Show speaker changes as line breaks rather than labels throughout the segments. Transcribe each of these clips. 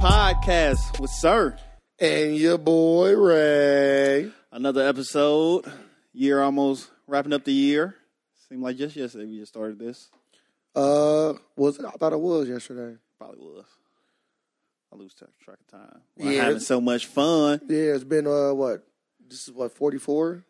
podcast with Sir.
And your boy Ray.
Another episode. Year almost wrapping up the year. Seemed like just yesterday we just started this.
Uh, was it? I thought it was yesterday.
Probably was. I lose track track of time. We're
Yeah.
having so much fun.
Yeah, it's been uh what? This is what forty four.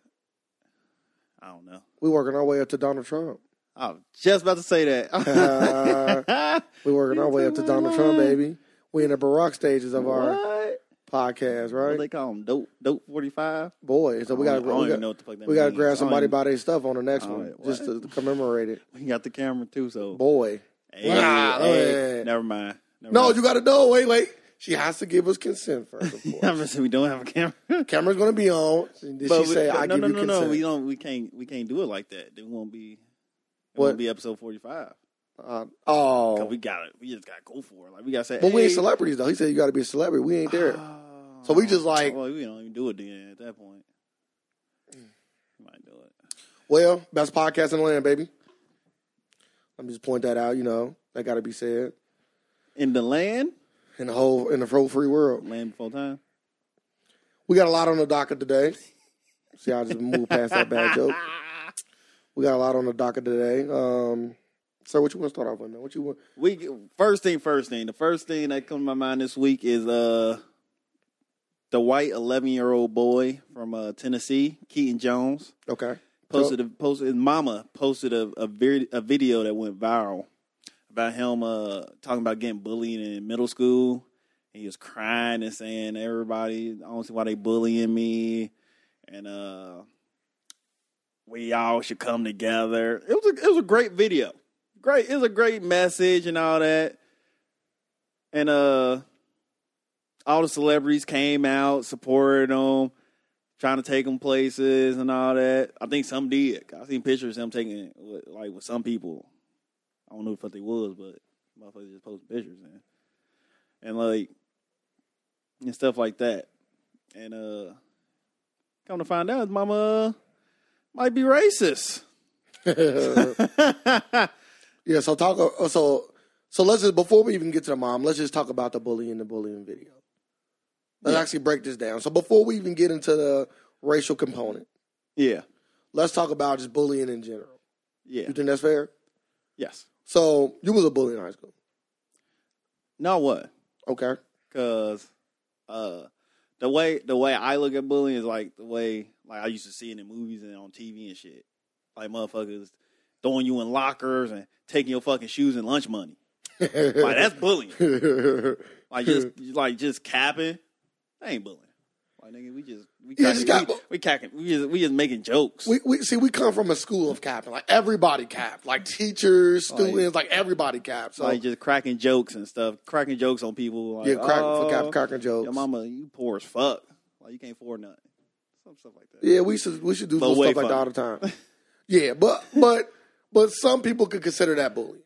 I don't know.
We working our way up to Donald Trump.
I was just about to say that.
Ah. We working our way up to Donald Trump, baby. We in the Barack stages of our
what?
podcast,
What do
right?
they call them? Dope, dope 45?
Boy, so we
I
gotta
don't, I don't
we
even know
got
what the fuck that
we gotta
means. I
grab
don't
somebody
even-
by their stuff on the next
I
one
don't-
just to, to commemorate it.
We got the camera too, so.
Boy,
Hey,
Wow,
hey,
yeah.
Never mind. Never
no,
mind.
you gotta know. Wait, wait. She has to give us consent first. Of
I'm
course,
just saying we don't have a camera.
camera's gonna be on. Did she
But we-
say
but
I
no,
give
no,
you
no,
consent?
no. We don't. We can't. We can't do it like that. It won't be. It
What?
won't be episode forty five.
Uh, oh,
We got it. We just got to go for it. Like we got to say.
But we ain't
hey,
celebrities though. He said you got to be a celebrity. We ain't there.
oh.
So we just like- Mm.
Well, we don't even do it then. At that point, we might do it.
Well, best podcast in the land, baby. Let me just point that out. You know that got to be said
In the land,
in the whole in the whole free world.
land before time.
We got a lot on the docket today. See, I just moved past that bad joke. We got a lot on the docket today. Um, sir, what you want to start off with, man? What you want?
We first thing, first thing. The first thing that comes to my mind this week is uh the white eleven year old boy from uh, Tennessee, Keaton Jones.
Okay.
posted a, posted his mama posted a a, vir- a video that went viral about him uh, talking about getting bullied in middle school. And he was crying and saying, "Everybody, I don't see why they bullying me," and uh, we all should come together. It was a, it was a great video, great. It was a great message and all that. And uh, all the celebrities came out, supported him trying to take them places and all that. I think some did. I seen pictures of them taking it with, like with some people. I don't know what they was, but motherfuckers just posting pictures and and like and stuff like that. And uh, come to find out, his mama might be racist.
yeah. So talk. uh, So so let's just before we even get to the mom, let's just talk about the bullying, the bullying video. Let's
Yeah.
actually break this down. So before we even get into the racial component.
Yeah,
let's talk about just bullying in general.
yeah,
You think that's fair?
yes.
So you was a bully in high school.
Now what?
Okay.
Cause uh, the way the way I look at bullying is like the way like I used to see it in movies and on TV and shit. Like motherfuckers throwing you in lockers and taking your fucking shoes and lunch money. Like that's bullying.
you
Like just like just capping. That ain't bullying. Like nigga, we just we
Yeah,
cracking,
just cap-
we, we cracking we just we just making jokes.
we, we see we come from a school of capping. Like everybody capped. Like teachers,
Like-
students, like, everybody capped. So
like just cracking jokes and stuff, cracking jokes on people. Like,
Oh. yeah, crack,
oh,
for cap, cracking jokes.
Your mama, you poor as fuck. Like you can't afford nothing. Some stuff like that.
Yeah, we should we should do
But
little
way
stuff like that all the
fun.
time. yeah, but but but some people could consider that bullying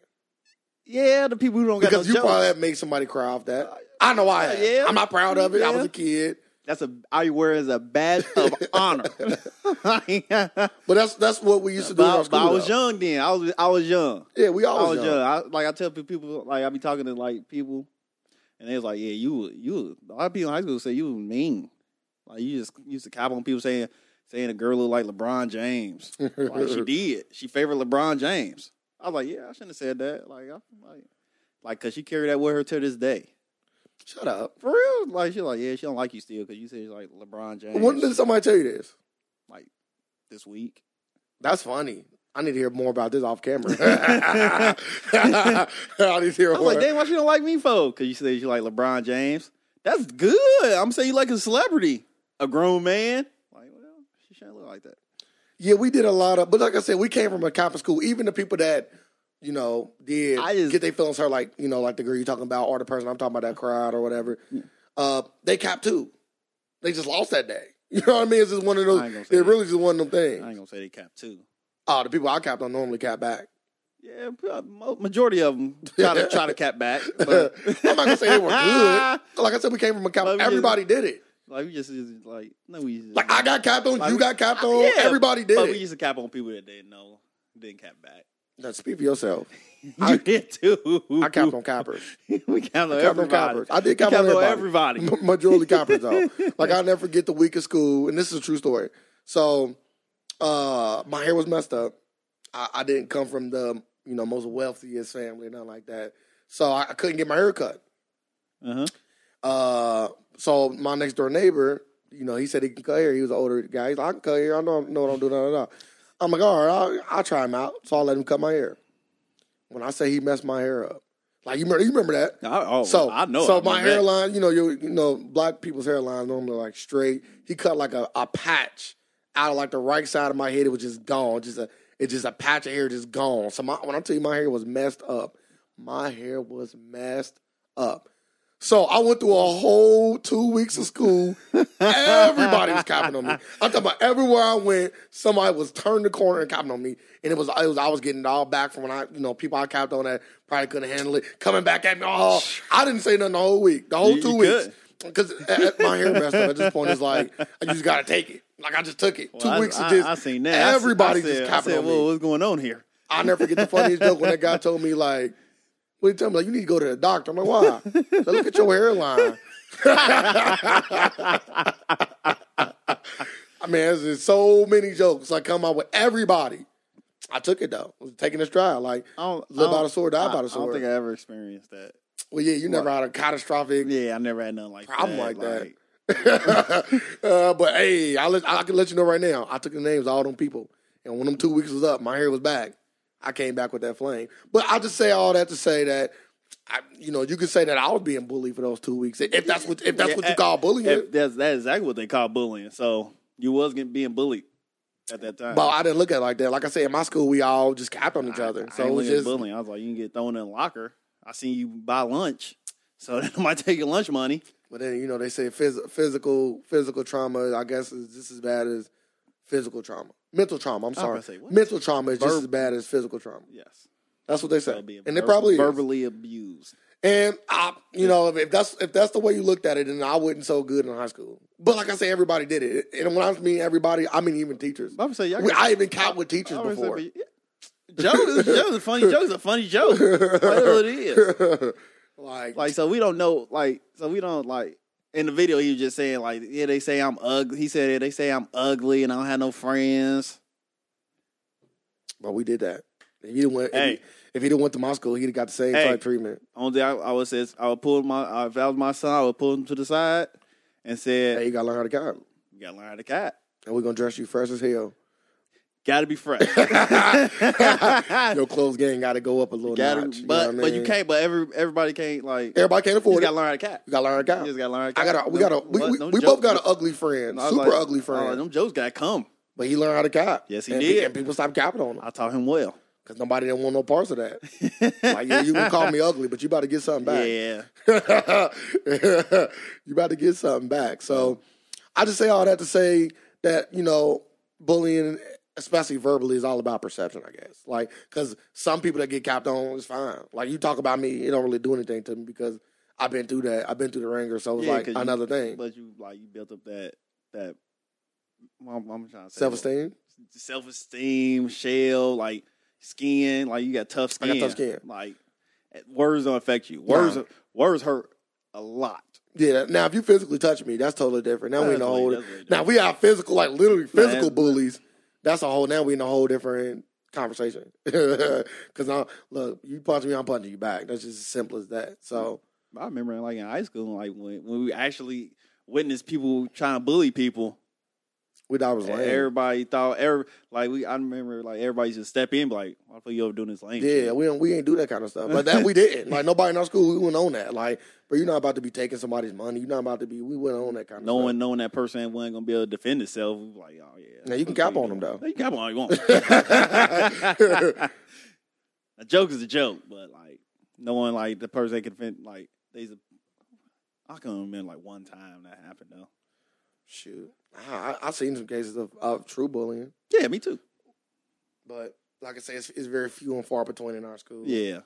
Yeah, the people who don't got
because
no
you
jokes.
probably have made somebody cry off that. I know I. have.
Yeah.
I'm not proud of it. I was
Yeah.
a kid.
That's a I wear as a badge of honor. but,
But that's that's what we used to do. in
I,
our
but I
school,
was
though.
young then. I was I was young.
Yeah, we
I
always
was
young.
young. I, like I tell people, like I be talking to like people, and they was like, "Yeah, you was- you." was- A lot of people in high school say you was mean. Like you just used to cop on people saying saying a girl look like LeBron James. like she did. She favored LeBron James. I was like, yeah, I shouldn't have said that. Like, I, like, like, cause she carried that with her to this day.
Shut up.
For real, like she like, yeah, she don't like you still, cause you said you like LeBron James.
When did somebody tell you this?
this week.
That's funny. I need to hear more about this off camera. I need to hear
I
more.
was like, damn, why she don't like me for? Because you say you like LeBron James. That's good. I'm saying you like a celebrity, a grown man. Like, well, she shouldn't look like that.
yeah, we did a lot of, but like I said, we came from a Catholic school. Even the people that, you know, did
I just-
get their feelings hurt, like, you know, like the girl you're talking about or the person I'm talking about that cried or whatever, uh, they capped too. They just lost that day. You know what I mean? It's just one of
I ain't
those,
gonna
it
say
really just one of them
I ain't
things.
gonna say they cap too.
Oh, the people I capped don't normally cap back.
Yeah, uh, mo- majority of them try to try to cap back,
I'm
but
not going to say they were good. Like I said, we came from a
But
Catholic,
we just-
everybody did it.
like we just, just like no, we just,
Like I got capped on,
Like,
you got capped on,
yeah,
everybody did
but
it.
we used to cap on people that didn't know, didn't cap back.
Now speak for yourself.
I, you did too.
I capped on coppers.
we count on
I capped
everybody.
on coppers. I did
We
cap on
count on
everybody.
everybody.
M- majority coppers though. Like I'll never forget the week of school, and this is a true story. So uh my hair was messed up. I, I didn't come from the you know most wealthiest family, nothing like that. So I, I couldn't get my hair cut.
Uh-huh.
Uh, so my next door neighbor, you know, he said he can cut hair. He was an older guy. He's like, I can cut hair. I know, no, don't do that. No. I'm like, all right, I'll, I'll try him out. So I let him cut my hair. When I say he messed my hair up, like you remember, you remember that.
I, oh,
So
I know.
So
it.
my
bet.
hairline, you know, you you know, black people's hairline normally like straight. He cut like a, a patch out of like the right side of my head. It was just gone. Just a it's just a patch of hair just gone. So my when I tell you my hair was messed up, my hair was messed up. So I went through a whole two weeks of school. Everybody was copping on me. I'm talking about everywhere I went, somebody was turning the corner and copping on me. And it was, it was I was getting it all back from when I, you know, people I copped on that probably couldn't handle it coming back at me. Oh, I didn't say nothing the whole week, the whole
You-
two
you
weeks,
could.
because my hair messed up. At this point, it's like I just got to take it. Like I just took it.
Well,
two
I,
weeks
I,
of this.
I seen that. I s- I
Everybody
said,
just
I
copping
said,
on me.
well, what's going on here?
I'll never forget the funniest joke when that guy told me like, what he told me like, you need to go to the doctor. I'm like, why? He's like, look at your hairline. I mean, there's just so many jokes I come out with everybody. I took it though. I was taking a stride. Like,
I don't,
live
I don't-
by the sword, die
I,
by the
I don't
sword.
think I ever experienced that.
well, yeah, you never had a catastrophic.
Yeah, I never had nothing like
Problem
that.
like that. uh, but hey, I let, I can let you know right now. I took the names of all them people, and when them two weeks was up, my hair was back. I came back with that flame. But I just say all that to say that, I, you know, you could say that I was being bullied for those two weeks if that's what if that's what you
Yeah, eh,
call bullying.
That- that's that's exactly what they call bullying. So you was getting being bullied at that time.
but I didn't look at it like that. Like I said, in my school, we all just capped on each
I-
other.
I
so
ain't
it was
looking at
just
bullying. I was like, you can get thrown in the locker. I seen you buy lunch, so that might take your lunch money.
But then you know they say phys- physical physical trauma. I guess is just as bad as physical trauma. Mental trauma.
I
I'm
was
sorry.
about to say, what?
Mental trauma is just
Verb-
as bad as physical trauma.
Yes,
That's what they
So
say,
being
and it
ver-
probably is.
verbally abused.
And I, you know, if, if that's if that's the way you looked at it, then I wasn't so good in high school. But like I say, everybody did it, and when I mean everybody, I mean even teachers.
I would say y'all.
We- I even caught with teachers
I would say,
before.
but yeah. Joe, Joe's a funny joke. It's a funny joke. Whatever it is.
like,
Like so, we don't know. Like so, we don't like. In the video, he was just saying like, yeah, they say I'm ugly. He said they say I'm ugly and I don't have no friends.
but we did that. If he didn't went,
Hey.
if, he, if he didn't went to my school, he'd have got the same
Hey.
type treatment.
Only I, I would say I would pull my uh, if that was my son, I would pull him to the side and said,
Hey, you got to learn how to count,
"You gotta learn how to cat.
and we're gonna dress you fresh as hell.
Gotta be fresh.
Your clothes game got to go up a little
gotta,
notch. you know
but
what I
but you
mean?
can't. But every everybody can't like. You
Everybody
just
can't afford it.
gotta learn how to cat.
You got to learn how to
You
count.
just gotta learn. How to
I
cat.
got a, we
No-
got a, we,
what?
we,
No
we
jokes.
both got an ugly friend,
I was
super
like, I
ugly
was like,
friend.
them jokes gotta come.
But he learned how to cop.
Yes, he
and
did.
and people stopped capping on him
I taught him well.
because nobody didn't want no parts of that. like, yeah, you can call me ugly, but you about to get something back.
Yeah.
you about to get something back. So I just say all that to say that, you know, bullying, especially verbally, is all about perception, I guess. Like, because some people that get capped on is fine. Like, you talk about me, it don't really do anything to me because I've been through that. I've been through the ringer. So it's
Yeah,
like
'cause you-
another thing.
But you like you built up that that. I'm, I'm trying to say
Self esteem.
self esteem, shell, like skin, like you got tough
I
skin.
got tough skin.
Like words don't affect you. Words
Nah.
words hurt a lot.
Yeah. Now, if you physically touch me, that's totally different. Now we in
That's
the
what he-
whole.
that's what he
Now we have physical, like literally phycal
that's-
bullies. That's a whole. Now we in a whole different conversation. Because now, look, you punch me, I'm punching you back. That's just as simple as that. So
I remember like in high school, like when, when we actually witnessed people trying to bully people.
we thought it was
and
lame.
Everybody thought every like we I remember like everybody used to step in, be like, why the fuck you ever doing this lame?
Yeah,
shit?"
we don't, we ain't do that kind of stuff. But that we didn't. Like nobody in our school, we went on that. Like, but you're not about to be taking somebody's money. You're not about to be. We went on that kind of
Knowing
stuff.
knowing that person wasn't gonna be able to defend itself, we were like, oh yeah.
Now you can
Fuck
cap
you
on them though.
doing. You can cap on all you want. a joke is a joke, but like knowing like the person that can defend like they's a I can remember like one time that happened though.
Shoot, I, I, I've seen some cases of, of true bullying,
Yeah, me too.
but like I say, it's, it's very few and far between in our school.
Yeah.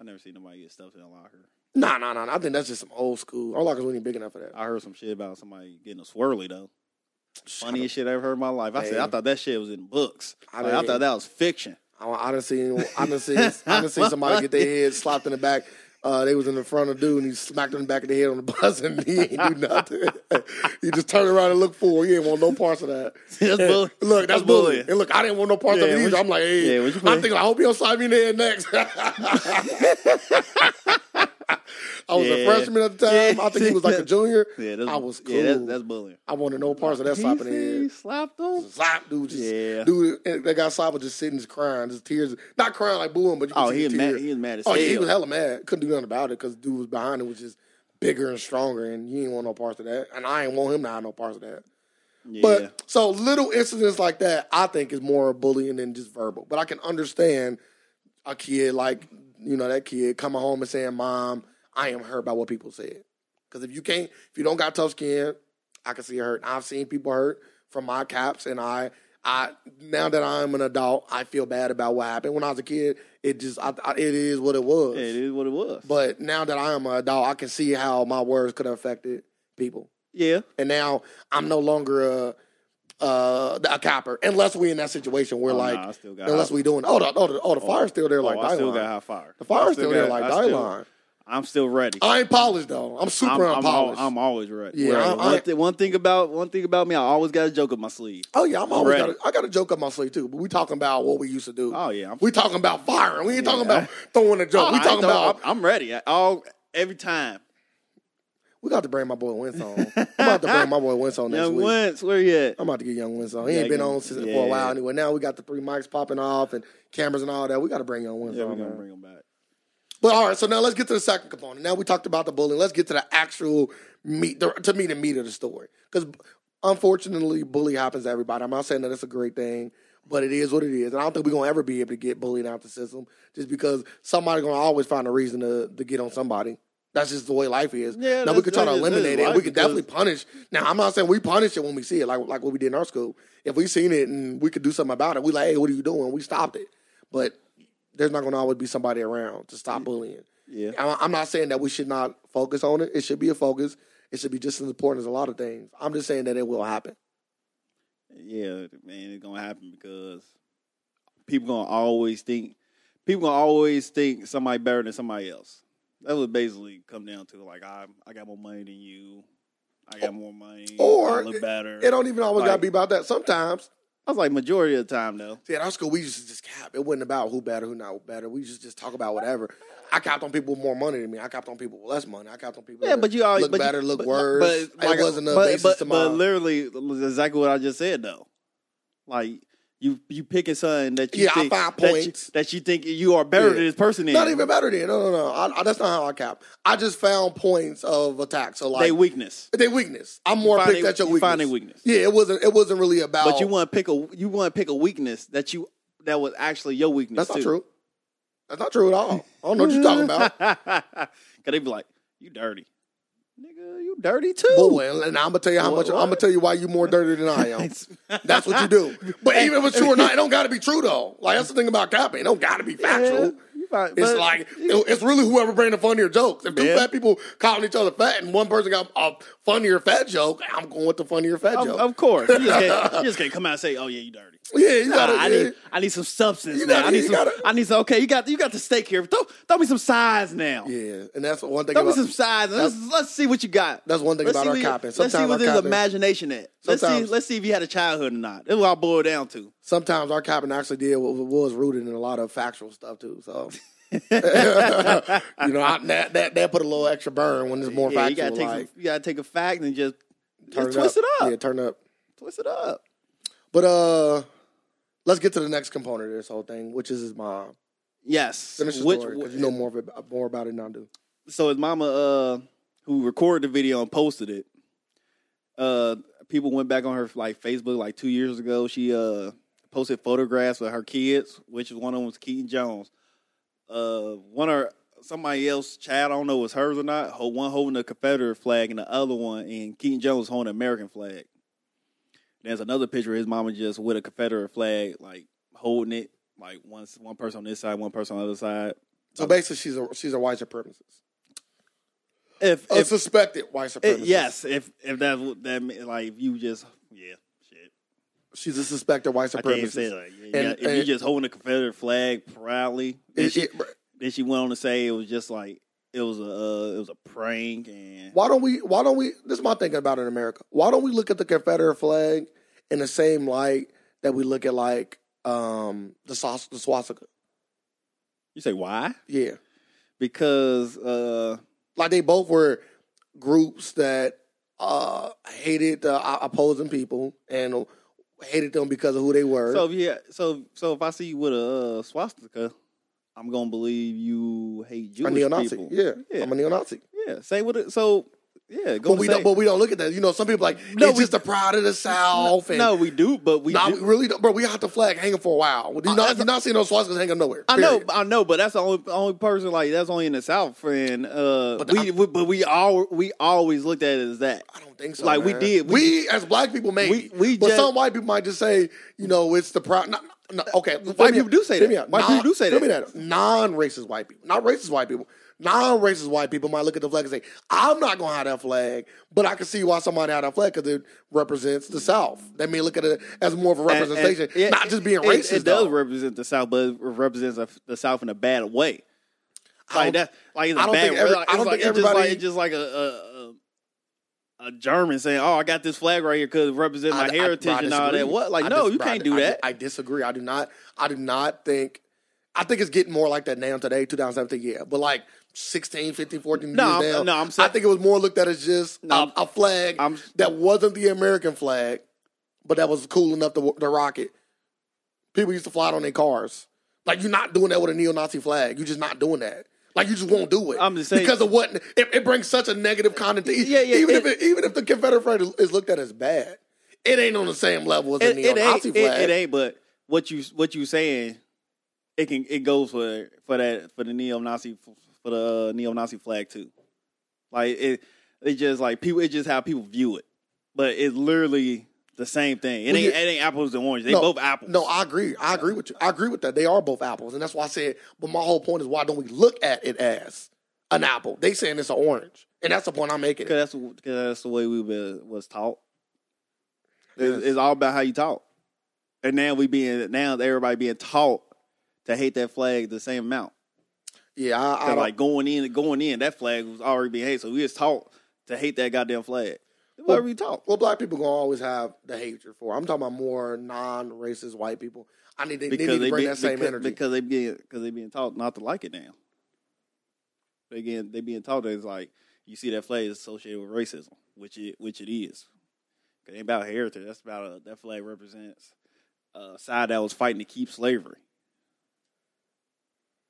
I never seen nobody get stuffed in a locker.
Nah, nah, nah. nah. I think that's just some old school. Our lockers wasn't big enough for that.
I heard some shit about somebody getting a swirly though.
Shut
Funniest shit I ever heard in my life. I said I
Damn.
thought that shit was in books.
I
Like, I
didn't-
thought that was fiction.
up. I, I done seen I done seen I done seen somebody get their head slapped in the back. Uh, they was in the front of dude and he smacked him in the back of the head on the bus and he ain't do nothing. he just turned around and looked forward. He ain't want no parts of that.
That's bull-
look, that's,
that's
bullying.
bullying.
And look, I didn't want no parts
Yeah,
of it
what
either.
you-
I'm like, hey,
yeah, what you
I'm
playing?
thinking, I hope he don't slap me in the head next. I was a
Yeah.
freshman at the time.
Yeah.
I think he was like a junior.
Yeah, that's,
I was cool.
Yeah, that's, that's bullying.
I wanted no parts of that
He
slapping in the
said
head
he slapped him.
slap, dude. Just,
Yeah.
Dude, and that guy slap was just sitting, just crying, just tears. Not crying like booing, but you could
Oh,
see
he
the
was mad.
tears.
He was mad as
oh,
hell.
yeah, he was hella mad. Couldn't do nothing about it because dude was behind him, was just bigger and stronger, and you ain't want no parts of that. And I ain't want him to have no parts of that.
yeah.
But so little incidents like that, I think, is more bullying than just verbal. But I can understand a kid like you know that kid coming home and saying, "Mom, I am hurt by what people said." Because if you can't, if you don't got tough skin, I can see it hurt. I've seen people hurt from my caps, and I, I now that I'm an adult, I feel bad about what happened. When I was a kid, it just, I, I, it is what it was.
yeah, it is what it was.
But now that I am an adult, I can see how my words could have affected people
yeah,
and now I'm no longer a uh, a copper unless we in that situation where
Oh,
like
nah, I still got
unless
high-
we doing oh the oh the, oh, the fire's still there like
oh,
die
I still
line.
got high fire.
the fire's
I
still, there
got-
like
I
die
still-
line.
I'm still ready.
I ain't polished though. I'm super
I'm, I'm, al-
unpolished.
I'm always ready.
Yeah,
Right.
I-
one,
I-
thi- one thing about one thing about me, I always got a joke up my sleeve.
oh yeah, I'm always got
ready.
a, I got a joke up my sleeve too. But we talking about what we used to do.
Oh yeah, I'm,
We talking about firing. We ain't talking
Yeah.
about throwing a joke.
Oh,
we
I
talking
throw-
about
I'm, I'm ready. I, all every time.
we got to bring my boy Wentz on. I'm about to bring my boy Wentz on next
Young
week.
Wentz, where you at?
I'm about to get Young Wentz on. He
Yeah,
ain't been
get-
on since, for a
yeah.
while anyway. Now we got the three mics popping off and cameras and all that. We got to bring Young Wentz
Yeah,
on.
we're gonna
man.
bring him back.
But all right, so now let's get to the second component. Now we talked about the bullying. Let's get to the actual meat, the, to me, the meat of the story. Because unfortunately, bullying happens to everybody. I'm not saying that it's a great thing, but it is what it is. And I don't think we're going to ever be able to get bullied out the system just because somebody's going to always find a reason to, to get on somebody. That's just the way life is.
Yeah,
now we
that's-
could try to
that is- that is
eliminate it. and
life
We could
because-
definitely punish. Now I'm not saying we punish it when we see it, like like what we did in our school. If we seen it and we could do something about it, we like, hey, what are you doing? We stopped it. But there's not going to always be somebody around to stop bullying.
Yeah.
I'm I'm not saying that we should not focus on it. It should be a focus. It should be just as important as a lot of things. I'm just saying that it will happen.
Yeah, man, it's gonna happen because people gonna always think people gonna always think somebody better than somebody else. That would basically come down to like I I got more money than you. I got more money.
Or
I look better.
It don't even always got to
Like-
be about that. Sometimes,
I was like majority of the time though.
see, at our school, we used to just cap. It wasn't about who better, who not better. We used to just talk about whatever. I capped on people with more money than me. I capped on people with less money. I capped on people
Yeah,
that
but you always
look
but you-
better, look
but-
worse.
But like,
it wasn't a
but,
basis
but,
to my.
but literally exactly what I just said though. Like you you picking something that you
Yeah, I
think
find
that, you,
points.
that you think you are better
Yeah.
than this person in.
not even better than. No, no, no. I, I, that's not how I cap. I just found points of attack. So like
they weakness.
They weakness. I'm more
find
picked
they-
at your
you
weakness.
find they weakness.
Yeah, it wasn't. It wasn't really about.
But you want to pick a you want to pick a weakness that you that was actually your weakness.
That's not
too.
true. That's not true at all. I don't know what you're talking about.
Cause they be like, you dirty, nigga, you dirty too.
Boy, and I'm gonna tell you how
What-
much. I'm gonna
what?
tell you why you more dirty than I am. That's what you do. But even if it's true or not, it don't gotta be true though. Like that's the thing about capping. It don't gotta be factual. It's like it- it's really whoever bring the funnier jokes. If two
Yeah.
fat people calling each other fat and one person got a funnier fat joke, I'm going with the funnier fat
of,
joke.
of course, you just, can't, you just can't come out and say, oh yeah, you dirty.
yeah, you
Nah,
gotta.
I
yeah.
need I need some substance
You
now.
gotta-
I need
you
some.
gotta-
I need some. Okay, you got you got the steak here. Throw, throw me some sides now.
yeah, and that's one thing.
Throw me
about-
some sides. Let's, let's see what you got.
That's one thing
Let's
about
see
our
what-
copping.
Let's see
Sometimes our
what his
copping-
imagination at. Let's see.
Sometimes-
Let's see if he had a childhood or not. That's what I boiled down to.
sometimes our capping actually did what was rooted in a lot of factual stuff too. So you know, I, that that that put a little extra burn when it's more
yeah, you
factual.
gotta take
like,
some, you gotta take a fact and just,
turn
just twist it up,
Yeah, turn up.
twist it up.
But uh, let's get to the next component of this whole thing, which is his mom.
Yes,
Finish the
Which-
story because you know more of it, more about it than I do.
so his mama, uh, who recorded the video and posted it, uh, people went back on her like Facebook like two years ago. She uh posted photographs of her kids, which is one of them was Keaton Jones. Uh, one or somebody else child, I don't know if it was hers or not. ho- One holding a Confederate flag, and the other one, and Keaton Jones holding an American flag. There's another picture of his mama just with a Confederate flag, like holding it, like one one person on this side, one person on the other side.
So basically, she's a she's a white supremacist,
If
a
if
suspected white
It-
supremacist.
yes, if if that that mean- like if you just yeah shit
She's a suspected white
I can't even
supremacist.
say it like, yeah,
And-
if you
and-
just holding the Confederate flag proudly, then,
It-
she,
it-
then she went on to say it was just like it was a uh, it was a prank and
why don't we? Why don't we? This is my thinking about it in America. Why don't we look at the Confederate flag in the same light that we look at like um the saus the swastika?
you say why?
Yeah,
Because uh,
like they both were groups that uh hated the o- opposing people and hated them because of who they were.
so yeah, so so if I see you with a uh, swastika, I'm gonna believe you hate
a
Jewish
neo-Nazi.
people.
Yeah,
Yeah.
I'm a neo-Nazi.
yeah. Say what? It, so yeah, go to
But we
say-
don't. But we don't look at that. You know, some people like
No,
it's
we-
just the pride of the South. and,
no, we do, but we
Nah,
do. Uh,
we really don't, bro. We had the flag hanging for a while. You not, you not seeing those swastikas hanging nowhere.
I know,
period.
I know, but that's the only only person like that's only in the South, and uh,
But
we, we but we all we always looked at it as that.
I don't think so.
Like, we
man.
did.
We, as black people maybe.
We- we
but
just-
some white people might just say, you know, it's the pride. No, no, okay,
White people do say that. White people do say
Tell
that.
me that. Non-racist white people, not racist white people. Non-racist white people might look at the flag and say, "I'm not gonna have that flag," but I can see why somebody had that flag because it represents the South. They may look at it as more of a
And- and-
representation,
yeah,
not just being
it-
racist.
It, does
though.
represent the South, but it represents a- the South in a bad way. Like
don't-
that, like it's
I
a
don't
bad.
think every-
like,
I
it's
don't
like,
think
it's just like-
everybody-
it's just like a, a a a German saying, "Oh, I got this flag right here because it represents my
I- I- bro, I
heritage and all that."
disagree.
What? Like,
I
no,
dis-
you
bro, I
can't
di-
do
I di-
that.
I, disagree. I do not. I do not think. I think it's getting more like that now today, 2017, yeah. But like 16, 15, 14
No,
years
I'm-
now,
no, I'm
I
saying-
think it was more looked at as just
No, I'm-
a, a flag
I'm-
that wasn't the American flag, but that was cool enough to, to rock it. People used to fly it on their cars. Like, you're not doing that with a neo-Nazi flag. You're just not doing that. Like, you just won't do it.
I'm just saying-
Because of what... It, it brings such a negative connotation.
Yeah, yeah,
Even
it-
if it, even if the Confederate flag is, is looked at as bad, it ain't on the same level as
it,
the
it ain't.
neo-Nazi
It,
flag.
it ain't. But what you what you saying, it can it goes for for that for the neo Nazi for the neo Nazi flag too. Like it, it just like people. It's just how people view it. But it's literally the same thing. It
Well,
ain't.
yeah.
It ain't apples and oranges. They
No,
both apples.
No, I agree. I agree with you. I agree with that. They are both apples, and that's why I said. But my whole point is, why don't we look at it as an apple? They saying it's an orange, and that's the point I'm making.
because that's cause that's the way we been, was taught. It's,
Yes.
it's all about how you talk. And now we being now everybody being taught to hate that flag the same amount.
Yeah, I, I
Cause
don't-
like going in, going in, that flag was already being hated. So we was taught to hate that goddamn flag. What
Well-
were we taught?
Well, black people gonna always have the hatred for. I'm talking about more non-racist white people. I need they, they need to bring
be-
that same
because,
energy.
because they being because they being taught not to like it now. They getting they being taught that it's like you see that flag is associated with racism, which it which it is. 'Cause It ain't about heritage. That's about a, that flag represents a side that was fighting to keep slavery.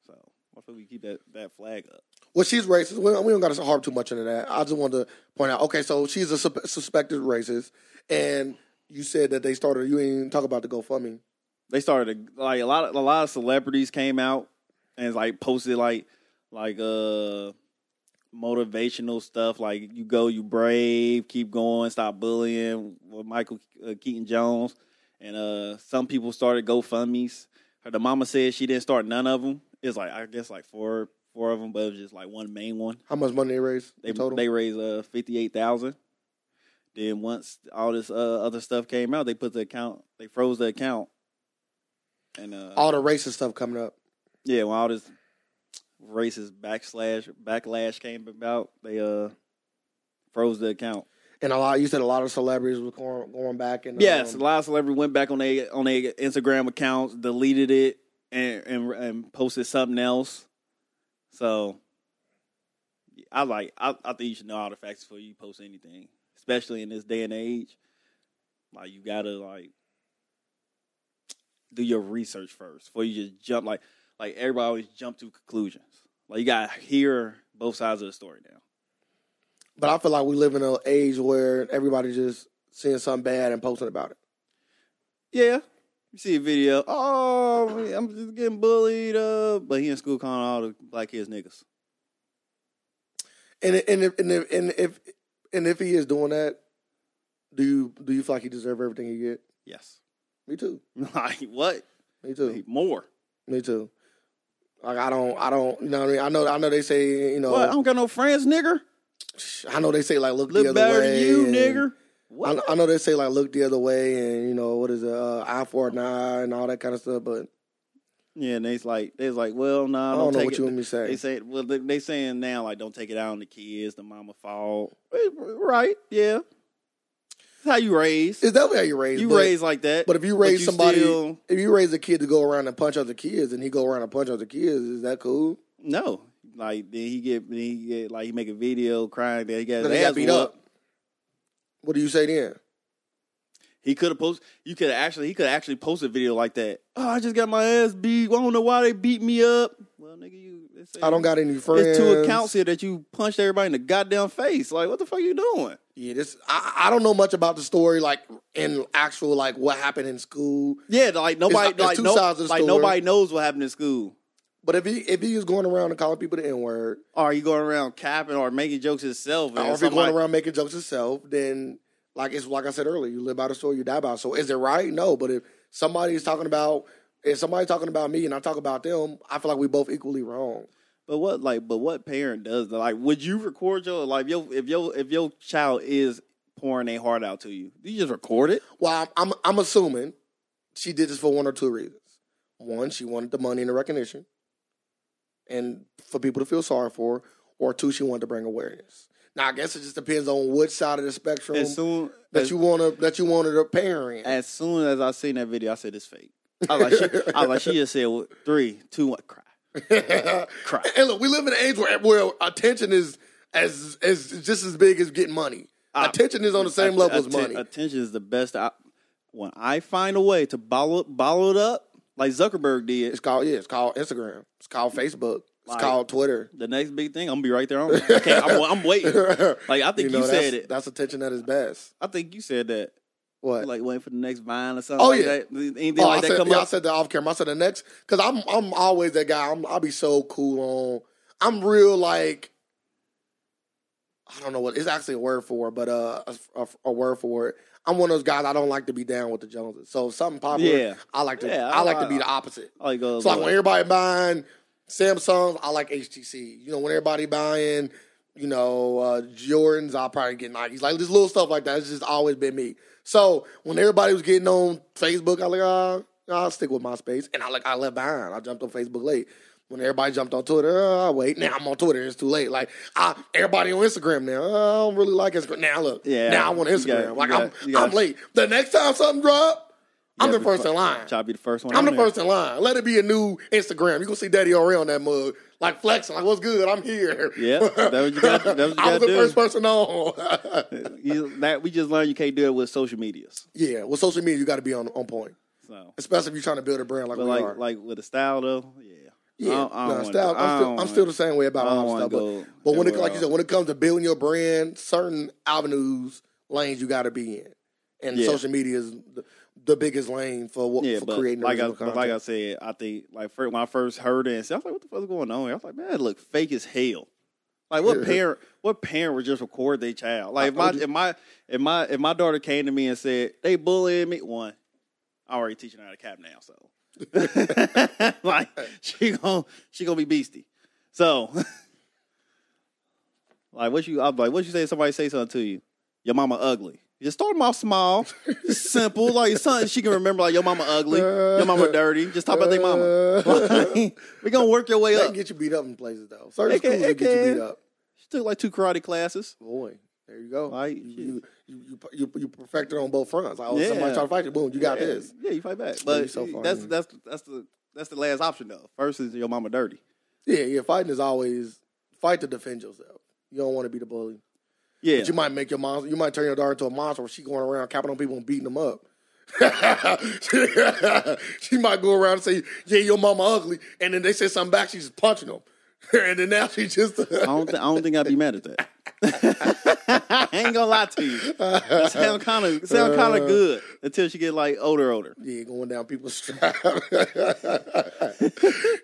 So why should we keep that, that flag up?
Well, she's racist. We, we don't got to harp too much into that. I just wanted to point out. Okay, so she's a sup- suspected racist, and you said that they started. You ain't even talk about the GoFundMe.
they started to, like a lot of a lot of celebrities came out and like posted like like uh motivational stuff like you go you brave keep going stop bullying with michael uh, keaton jones and uh some people started gofundme's her the mama said she didn't start none of them it's like i guess like four four of them but it was just like one main one
How much money they raised?
they
in total?
they raised uh fifty eight thousand. Then once all this uh, other stuff came out, they put the account, they froze the account, and uh,
all the racist stuff coming up.
yeah, when all this racist backslash backlash came about, they uh froze the account.
And a lot, you said a lot of celebrities were going, going back and
Yes, a
um,
lot of celebrities went back on their on their Instagram accounts, deleted it, and and, and posted something else. So, I like I, I think you should know all the facts before you post anything, especially in this day and age. Like you gotta like do your research first before you just jump like like everybody always jump to conclusions. Like you gotta hear both sides of the story now.
but I feel like we live in an age where everybody just seeing something bad and posting about it.
Yeah. You see a video. Oh, I'm just getting bullied. Uh, but he in school calling all the black kids niggas.
And and if, and if, and if and if he is doing that, do you do you feel like he deserve everything he get?
Yes.
Me too.
Like what?
Me too.
More.
Me too. Like I don't, I don't, you know what I mean. I know, I know they say, you know,
What? I don't got no friends, nigger.
I know they say like look,
Look
the other
better
way
than you,
and-
nigger.
I, I know they say like look the other way and you know what is it, uh, eye for an eye and all that kind of stuff, but
Yeah, and they's like, they's like, well, no,
I
nah,
don't,
don't,
know
take
what
it.
you want me to say.
They say, well, they, they saying now like, don't take it out on the kids, the mama fault. Eh, Right? Yeah. That's how you raise.
it's definitely how you raise.
you
but,
raise like that,
but if you raise
you
somebody,
still-
if you raise a kid to go around and punch other kids, and he go around and punch other kids, is that cool?
no. Like then he get then he get like he make a video crying that he got his
Then he
ass
got beat
whooped.
up. What do you say then?
He could have posted. You could actually. He could actually post a video like that. Oh, I just got my ass beat. I don't know why they beat me up. Well, nigga, you. they say-
I don't got any friends.
It's two accounts here that you punched everybody in the goddamn face. Like, what the fuck you doing?
Yeah, this I, I don't know much about the story, like in actual, like what happened in school.
Yeah, like nobody,
It's- it's
like,
two
no,
sides of the
like
story.
nobody knows what happened in school.
But if he if he is going around and calling people the N word,
Or you going around capping or making jokes yourself?
or
and
if you're
somebody-
going around making jokes yourself, then like it's like I said earlier, you live by the story you die by. So is it right? No. But if somebody is talking about if somebody's talking about me and I talk about them, I feel like we both equally wrong.
But what like but what parent does that? Like would you record your like if your if your if your child is pouring their heart out to you? You just record it?
Well, I'm, I'm I'm assuming she did this for one or two reasons. One, she wanted the money and the recognition, and for people to feel sorry for. her. Or two, she wanted to bring awareness. Now, I guess it just depends on which side of the spectrum
As soon
that
as,
you want to that you wanted a parent.
Um, as soon as I seen that video, I said it's fake. I was like she, I was like she just said well, three, two, one, cry, cry.
And look, we live in an age where, where attention is as as just as big as getting money.
Ah,
attention is on the same
Att-
level as
atten-
money.
Attention is the best. I, when I find a way to bottle bottle it up like Zuckerberg did,
it's called yeah. It's called Instagram. It's called Facebook. It's
Like-
called Twitter.
the next big thing I'm gonna be right there on. it. I can't, I'm, I'm waiting. Like I think you,
know, that's-
said it.
That's attention at its best.
I think you said that.
What?
Like waiting for the next Vine or something.
Oh,
like
yeah.
that. Anything
Oh,
like
I,
that
said,
come
yeah,
up?
I said that off camera. I said the next because I'm I'm always that guy. I'm, I'll be so cool on. I'm real like I don't know what it's actually a word for, it, but uh, a, a, a word for it. I'm one of those guys. I don't like to be down with the Joneses. So if something popular,
Yeah.
I like to
Yeah,
I,
I-
like to
I-
be the opposite.
I like, uh,
It's like when everybody buying Samsungs, I like HTC. You know, when everybody buying, you know, uh, Jordans, I'll probably get Nikes. Like this little stuff like that. It's just always been me. So when everybody was getting on Facebook, I like, uh, I'll stick with MySpace. And I like I left behind. I jumped on Facebook late. When everybody jumped on Twitter, uh, I wait. Now I'm on Twitter. It's too late. Like I, everybody on Instagram now. Uh, I don't really like Instagram. Now look,
Yeah.
now I'm on
You
Instagram.
got-
like
you
I'm,
got- you got-
I'm late. The next time something drop, I'm
Yeah,
the
but
first
fuck-
in line.
Try to be the first one.
I'm the
on there.
first in line. Let it be a new Instagram. You gonna see Daddy R on that mug, like flexing, like what's good? I'm here.
Yeah, that what you got. That what you got
I was
to
the
do.
first person on.
You- that we just learned you can't do it with social medias.
yeah, with social media, you got to be on on point,
So,
especially if you're trying to build a brand like
but
we
like
are.
like with the style though, yeah.
yeah,
I don't- I don't
Nah,
wanna
style-
do- I
I'm, still,
don't
I'm
wanna-
still the same way about
I don't
all
wanna
that stuff. But,
go
but when it,
nowhere
like you said,
else.
when it comes to building your brand, certain avenues, lanes you got to be in, and
Yeah.
social media is the, the biggest lane for what
Yeah,
for
but
creating
like I
original
but
content.
like I said, I think like fir- when I first heard it, and said, I was like, "What the fuck's going on?" here? I was like, "Man, that look fake as hell." Like what parent? What parent would just record their child? Like if my if my if my if my daughter came to me and said they bullying me, one, I already teaching her how to cap now, so like she gonna she gonna be beastie. So like what you I'm like what you say? if Somebody say something to you. Your mama ugly. Just start them off small, just simple, like something she can remember. Like your mama ugly, your mama dirty. Just talk about their mama. we gonna work your way
They
up.
can get you beat up in places though. Certain
It can-
schools will
it
get you
can.
beat up.
She took like two karate classes.
Boy, there you go.
Like,
you, you, you, you, you perfected on both fronts. Like, oh,
Yeah.
somebody trying to fight you, boom, you got
yeah,
this.
Yeah, you fight back.
you
But
so far,
that's
yeah.
that's that's the that's the last option though. First is your mama dirty.
Yeah, yeah. Fighting is always fight to defend yourself. You don't want to be the bully.
Yeah,
But you might make your monster. You might turn your daughter into a monster where she going around capping on people and beating them up. she might go around and say, "Yeah, your mama ugly," and then they say something back. She's punching them, and then now she just.
I don't th- I don't think I'd be mad at that. I ain't gonna lie to you. That sound kind of sound kind of good until she get like older older.
Yeah, going down people's strap.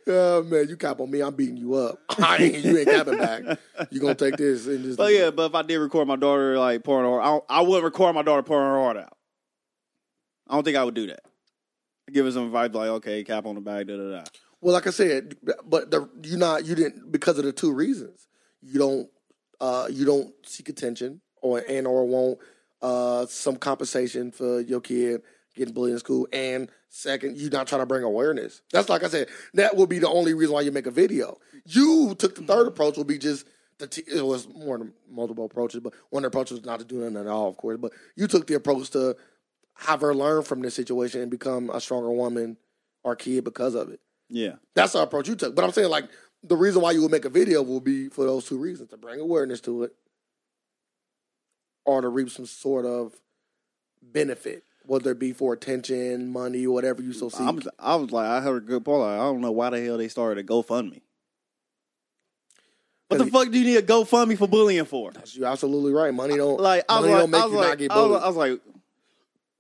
oh man, you cop on me, I'm beating you up. I ain't, you ain't copping back. You gonna take this and just
But yeah, but if I did record my daughter like pouring her, heart- I, don't- I wouldn't record my daughter pouring her heart out. I don't think I would do that. I'd give her some advice like, okay, cap on the back, da da da.
Well, like I said, but the, you not you didn't because of the two reasons. You don't uh, you don't seek attention or and or won't uh, some compensation for your kid getting bullied in school, and second, you're not trying to bring awareness. That's like I said, that would be the only reason why you make a video. You took the third approach, would be just the t- it was more than multiple approaches, but one approach was not to do nothing at all, of course. But you took the approach to have her learn from this situation and become a stronger woman or kid because of it.
Yeah.
That's the approach you took. But I'm saying like the reason why you would make a video will be for those two reasons to bring awareness to it or to reap some sort of benefit, whether it be for attention, money, whatever you so seek.
I'm, I was like, I heard a good part. Like, I don't know why the hell they started a GoFundMe. What the
Cause-
fuck do you need a GoFundMe for bullying for?
You're absolutely right. Money don't
Like, I was
money
like,
don't make
I was
you
like,
not get
I was-
bullied.
I was like,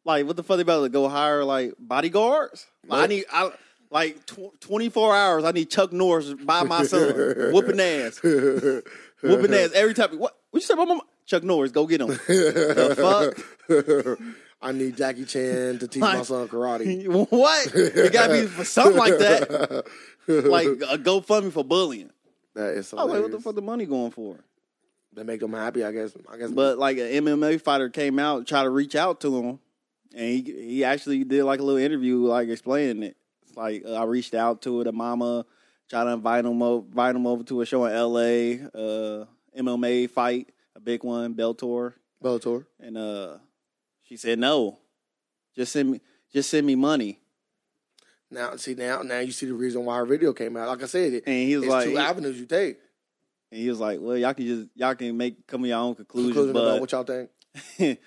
like, what the fuck they about to go hire like bodyguards? Like, I
Nope.
need, I like tw- 24 hours. I need Chuck Norris by my son, whooping ass, whooping ass every time. What? What you say about my mom? Chuck Norris? Go get him. the
I need Jackie Chan to teach my
Like-
son karate.
fuck? what? It gotta be for something like that. Like a GoFundMe for bullying.
That is
I was like, what the
hilarious.
fuck the money going for?
They make them happy, I guess. I guess.
But like an MMA fighter came out, tried to reach out to him, and he he actually did like a little interview, like explaining it. It's like uh, I reached out to the mama, tried to invite him over, invite him over to a show in L.A. Uh, MMA fight, a big one, Bellator,
Bellator.
and uh, she said no. Just send me, just send me money.
Now, see now, now you see the reason why her video came out. Like I said, it,
And he was
it's
like,
two avenues you take.
and he was like, well, y'all can just y'all can make come to your own conclusions.
Conclusion about
But
what y'all think.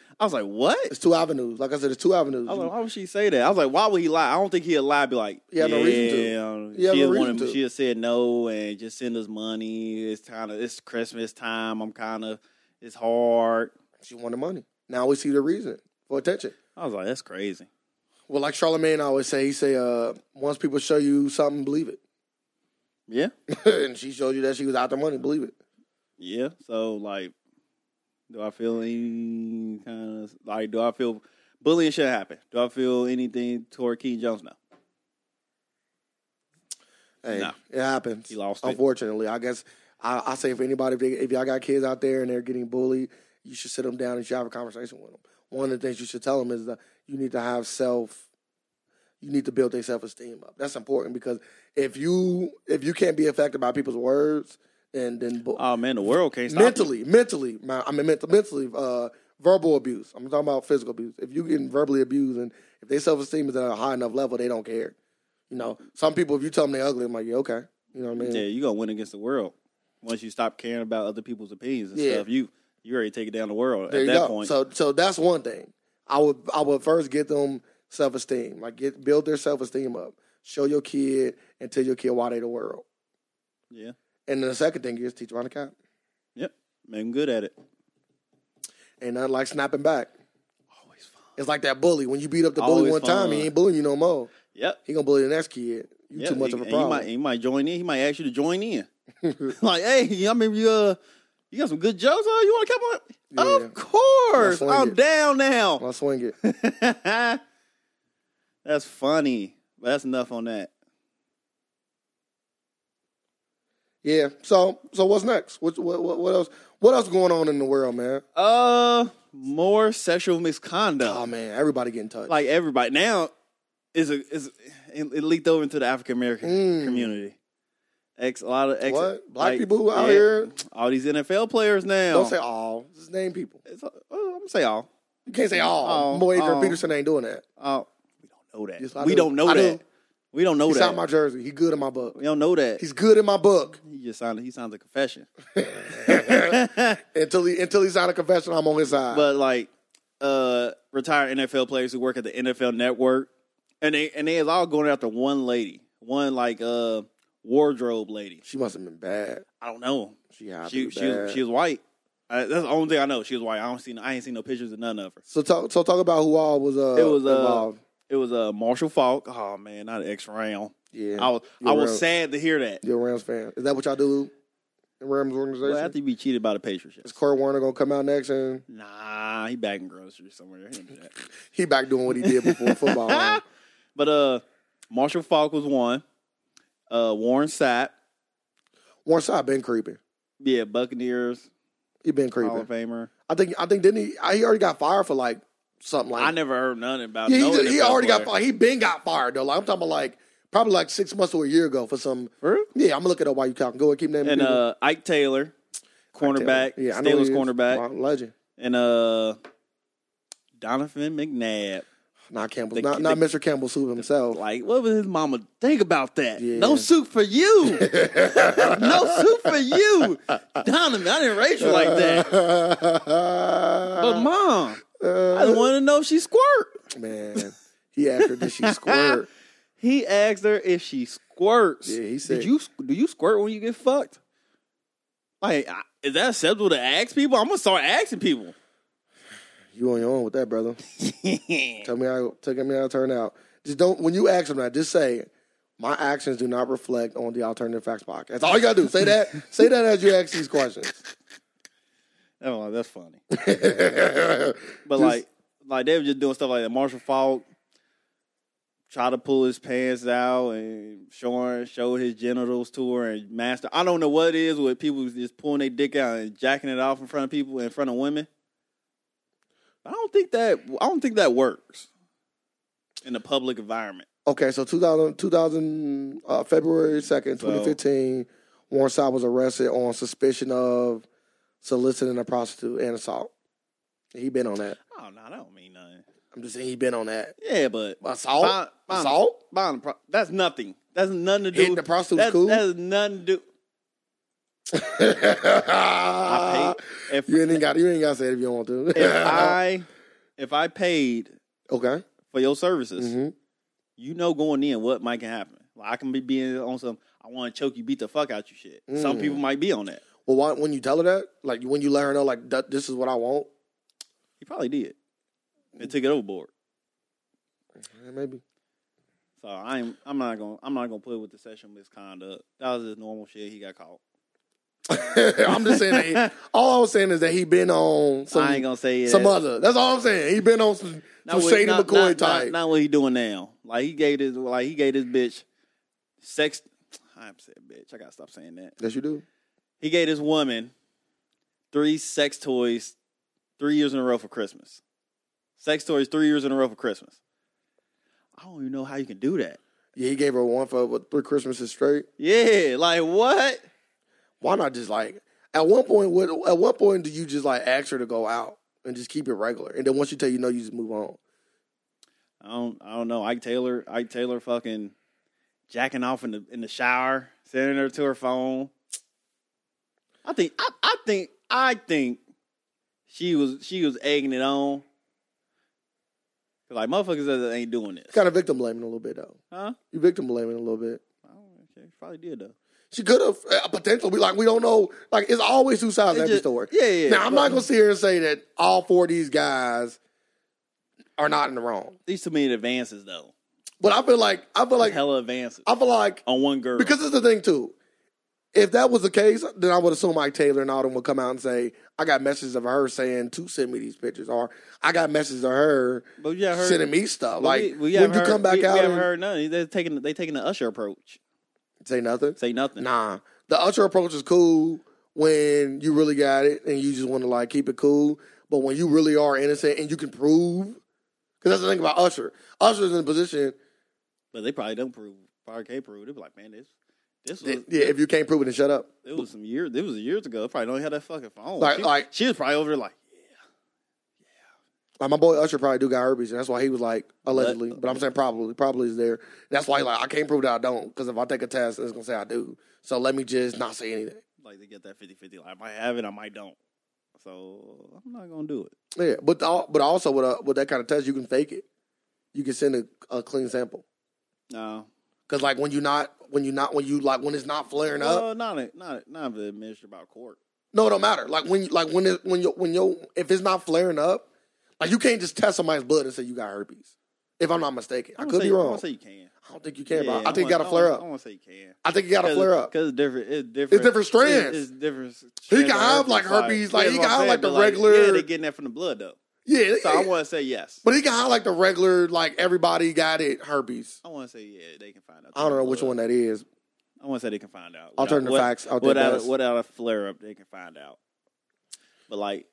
I was like, what?
It's two avenues. Like I said, it's two avenues.
I was like, why would she say that? I was like, why would he lie? I don't think he'd lie. Be like,
He had no reason to.
um,
He had
she
no
had
reason
wanted-
to.
She had said no and just send us money. It's kind of it's Christmas time. I'm kind of it's hard.
she wanted money. Now we see the reason for attention.
I was like, that's crazy.
Well, like Charlemagne always say, he say, uh, once people show you something, believe it.
Yeah,
and she showed you that she was out the money. Believe it.
yeah. So like, do I feel any kind of like? Do I feel bullying should happen? Do I feel anything toward Key Jones? No.
Hey,
No.
it happens.
He lost it.
Unfortunately, I guess I, I say if anybody, if, they, if y'all got kids out there and they're getting bullied, you should sit them down and you should have a conversation with them. One of the things you should tell them is that you need to have self. You need to build their self esteem up. That's important because if you if you can't be affected by people's words, then then bu-
Oh man, the world can't stop. you.
mentally, mentally, my- I mean mental, mentally, uh, verbal abuse. I'm talking about physical abuse. If you getting verbally abused and if their self esteem is at a high enough level, they don't care. You know, some people if you tell them they're ugly, I'm like, yeah, okay. You know what I mean?
Yeah, you gonna win against the world once you stop caring about other people's opinions and
Yeah.
stuff. You you already take it down the world
there
at
you
that
go.
point.
So, so that's one thing. I would, I would first get them self esteem, like get build their self esteem up. Show your kid and tell your kid why they the world.
yeah,
And then the second thing is teach them how to count.
yep, man, good at it.
Ain't nothing like snapping back.
Always fun.
It's like that bully. When you beat up the bully
Always
one time, he
fun.
ain't bullying you no more.
Yep.
He gonna bully the next kid. You
yep.
too much
He-
of a
and He
problem.
might, he might join in. He might ask you to join in. like, hey, I remember you. Uh, you got some good jokes. Uh, you want to come on?
Yeah.
Of course,
swing
I'm
it.
down
I'll
now.
swing it.
That's funny. But that's enough on that.
Yeah. So so what's next? What, what what what else? What else going on in the world, man?
Uh, more sexual misconduct.
Oh man, everybody getting touched.
like everybody now is a is it, it leaked over into the African American
Mm.
community. Ex a lot of ex
what? Black
like,
people out
yeah,
here
all these NFL players now.
don't say all. Just name people.
It's, uh, I'm gonna say all.
You can't say all.
All,
Boy, Adrian
all.
Peterson ain't doing that.
Uh, we don't know that.
Yes, I
we
do.
do. not know
I
that.
do.
We don't know
He
that.
signed my jersey. He good in my book.
we don't know that.
He's good in my book.
he just signed. He signed a confession.
Until he until he signed a confession, I'm on his side.
but like uh retired NFL players who work at the NFL Network, and they and they is all going after one lady, one like uh wardrobe lady.
she must have been bad.
I don't know.
She had to
she
be
she was,
bad.
she was white. I, that's the only thing I know. She was white. I don't see. I ain't seen no pictures of none of her.
so talk so talk about who all was uh
It was uh,
involved.
it was uh, Marshall Falk. Oh man, not an X round.
Yeah.
I was
You're
I was
right.
sad to hear that.
You're a Rams fan. Is that what y'all do in Rams organization?
Well, after you be cheated by the Patriots,
Is Kurt Warner gonna come out next and
nah, he bagging groceries somewhere. He don't do that.
he back doing what he did before football? huh?
But uh, Marshall Falk was one. Uh, Warren Sapp,
Warren Sapp been creeping.
yeah, Buccaneers
He
Hall
been creeping.
of Famer.
I think I think didn't he? I, he already got fired for like something like.
I never heard nothing about.
yeah, he,
no
just- he
NFL
already got
player.
fired. He been got fired though. Like I'm talking about like probably like six months or a year ago for some.
For real?
Yeah, I'm gonna look it up while you talking. Go ahead, keep naming
And
people.
uh, Ike Taylor, cornerback,
Yeah, I know
Steelers
he is.
cornerback,
Wow, legend.
and uh, Donovan McNabb.
Not Campbell,
The-
not,
the-
not Mr. Campbell Soup himself.
Like, what would his mama think about that?
Yeah.
No soup for you. no soup for you, Donovan. I didn't raise you like that. But mom, I just wanted to know if she squirt.
man, he asked her did she squirt?
He asked her if she squirts.
Yeah, he said-
Did you do you squirt when you get fucked? Like, I- is that acceptable to ask people? I'm gonna start asking people.
You on your own with that, brother. Tell me how tell me how it turned out. Just don't when you ask them that, just say my actions do not reflect on the alternative facts podcast. That's all you gotta do. Say that. say that as you ask these questions.
oh, that's funny.
but
But like, like they were just doing stuff like that. Marshall Falk tried to pull his pants out and showing showed his genitals to her and master. I don't know what it is with people who's just pulling their dick out and jacking it off in front of people in front of women. I don't think that I don't think that works in the public environment.
Okay, so 2000, 2000 uh, February 2nd, 2015, Warren Sapp was arrested on suspicion of soliciting a prostitute and assault. He been on that.
Oh no, that don't mean nothing.
I'm just saying he been on that.
Yeah, but
Assault?
Fine- fine.
Assault?
buying the pro- that's nothing. That's nothing to do.
Hitting the prostitute's
that's,
cool?
That is nothing to do. I paid if
You ain't got you ain't got to say it if you don't want to.
if I if I paid
okay.
for your services,
Mhm.
you know going in what might can happen. Like I can be being on some I want to choke you, beat the fuck out you shit. Some
Mm.
people might be on that.
Well, why, when you tell her that, like when you let her know, like that, this is what I want,
He probably did. And took it overboard.
eh, maybe.
So I'm I'm not gonna I'm not gonna put it with the sexual misconduct. That was just normal shit. He got caught.
I'm just saying. That he, all I was saying is that he been on some
I ain't gonna say it.
some other. That's all I'm saying. He been on some, some Shady McCoy
not,
type.
Not, not what he doing now. Like he gave this like he gave this bitch sex. I'm saying bitch. I gotta stop saying that.
Yes, you do.
he gave this woman three sex toys three years in a row for Christmas. Sex toys three years in a row for Christmas. I don't even know how you can do that.
Yeah, he gave her one for what, three Christmases straight.
Yeah, like what?
Why not just like at one point? What at one point do you just like ask her to go out and just keep it regular? And then once you tell you no, you just move on.
I don't I don't know. Ike Taylor Ike Taylor fucking jacking off in the in the shower, sending her to her phone. I think I, I think I think she was she was egging it on. Cause like motherfuckers that ain't doing this.
Kind of victim blaming a little bit though.
Huh?
You victim blaming a little bit.
I don't know. She probably did though.
She could have uh, potentially. We like we don't know. Like it's always two sides to
It
every
just-
story.
Yeah, yeah.
now I'm not gonna sit here and say that all four of these guys are not in the wrong.
These too many advances though.
But I feel like I feel like
Hella advances
I feel like
on one girl.
Because it's the thing too. If that was the case, then I would assume Mike Taylor and all them would come out and say, "I got messages of her saying to send me these pictures," or "I got messages of her
but yeah, her
sending me
but
stuff." Like
we, we
when
haven't
you
heard-
come back
we,
out
we
and
haven't heard nothing. They're taking they taking the usher approach.
say nothing,
Say nothing.
nah. The usher approach is cool when you really got it and you just want to like keep it cool. But when you really are innocent and you can prove, because that's the thing about Usher. Usher's in a position
But they probably don't prove. Probably can't prove. They be like, man, this this was
that yeah, if you can't prove it, then shut up.
it was some years. It was years ago. They probably don't have that fucking phone.
Like-
she,
like-
she was probably over there like
Like my boy Usher probably do got herpes, and that's why he was like allegedly. But, I'm saying probably, probably is there. That's why like I can't prove that I don't, because if I take a test, it's gonna say I do. So let me just not say anything.
like they get that 50-50. Like, I might have it. I might don't. So I'm not gonna do it.
Yeah, but al- but also with a, with that kind of test, you can fake it. You can send a, a clean sample,
No.
because like when you not when you not when you like when it's not flaring up,
Well, not a, not a, not the minister about court.
no, it don't matter. Like when you- like when it, when you when you if it's not flaring up, like you can't just test somebody's blood and say you got herpes. If I'm not mistaken, I
I'm
could
say,
be
I'm
wrong.
gonna say you can.
I don't think you can,
Yeah,
bro. I
I'm
think you
gonna-
got to
I'm
flare
gonna- I'm
up.
gonna say you can.
I think you got to flare up.
Because it's different. It's different.
different strands.
It's, it's different.
can
strands of
have, like, herpes, like,
yeah,
he
that's
can
what I'm saying,
have, like, the
but, Yeah,
regular-
they getting that from the blood though.
Yeah,
So I want to say yes.
But he can highlight the regular, like everybody got it herpes.
I want to say yeah. They can find out.
I don't know which
Blood.
one that is.
I want to say they can find out.
Alternative
Without-
facts. I'll take
Without
best.
without a flare up, they can find out. But like,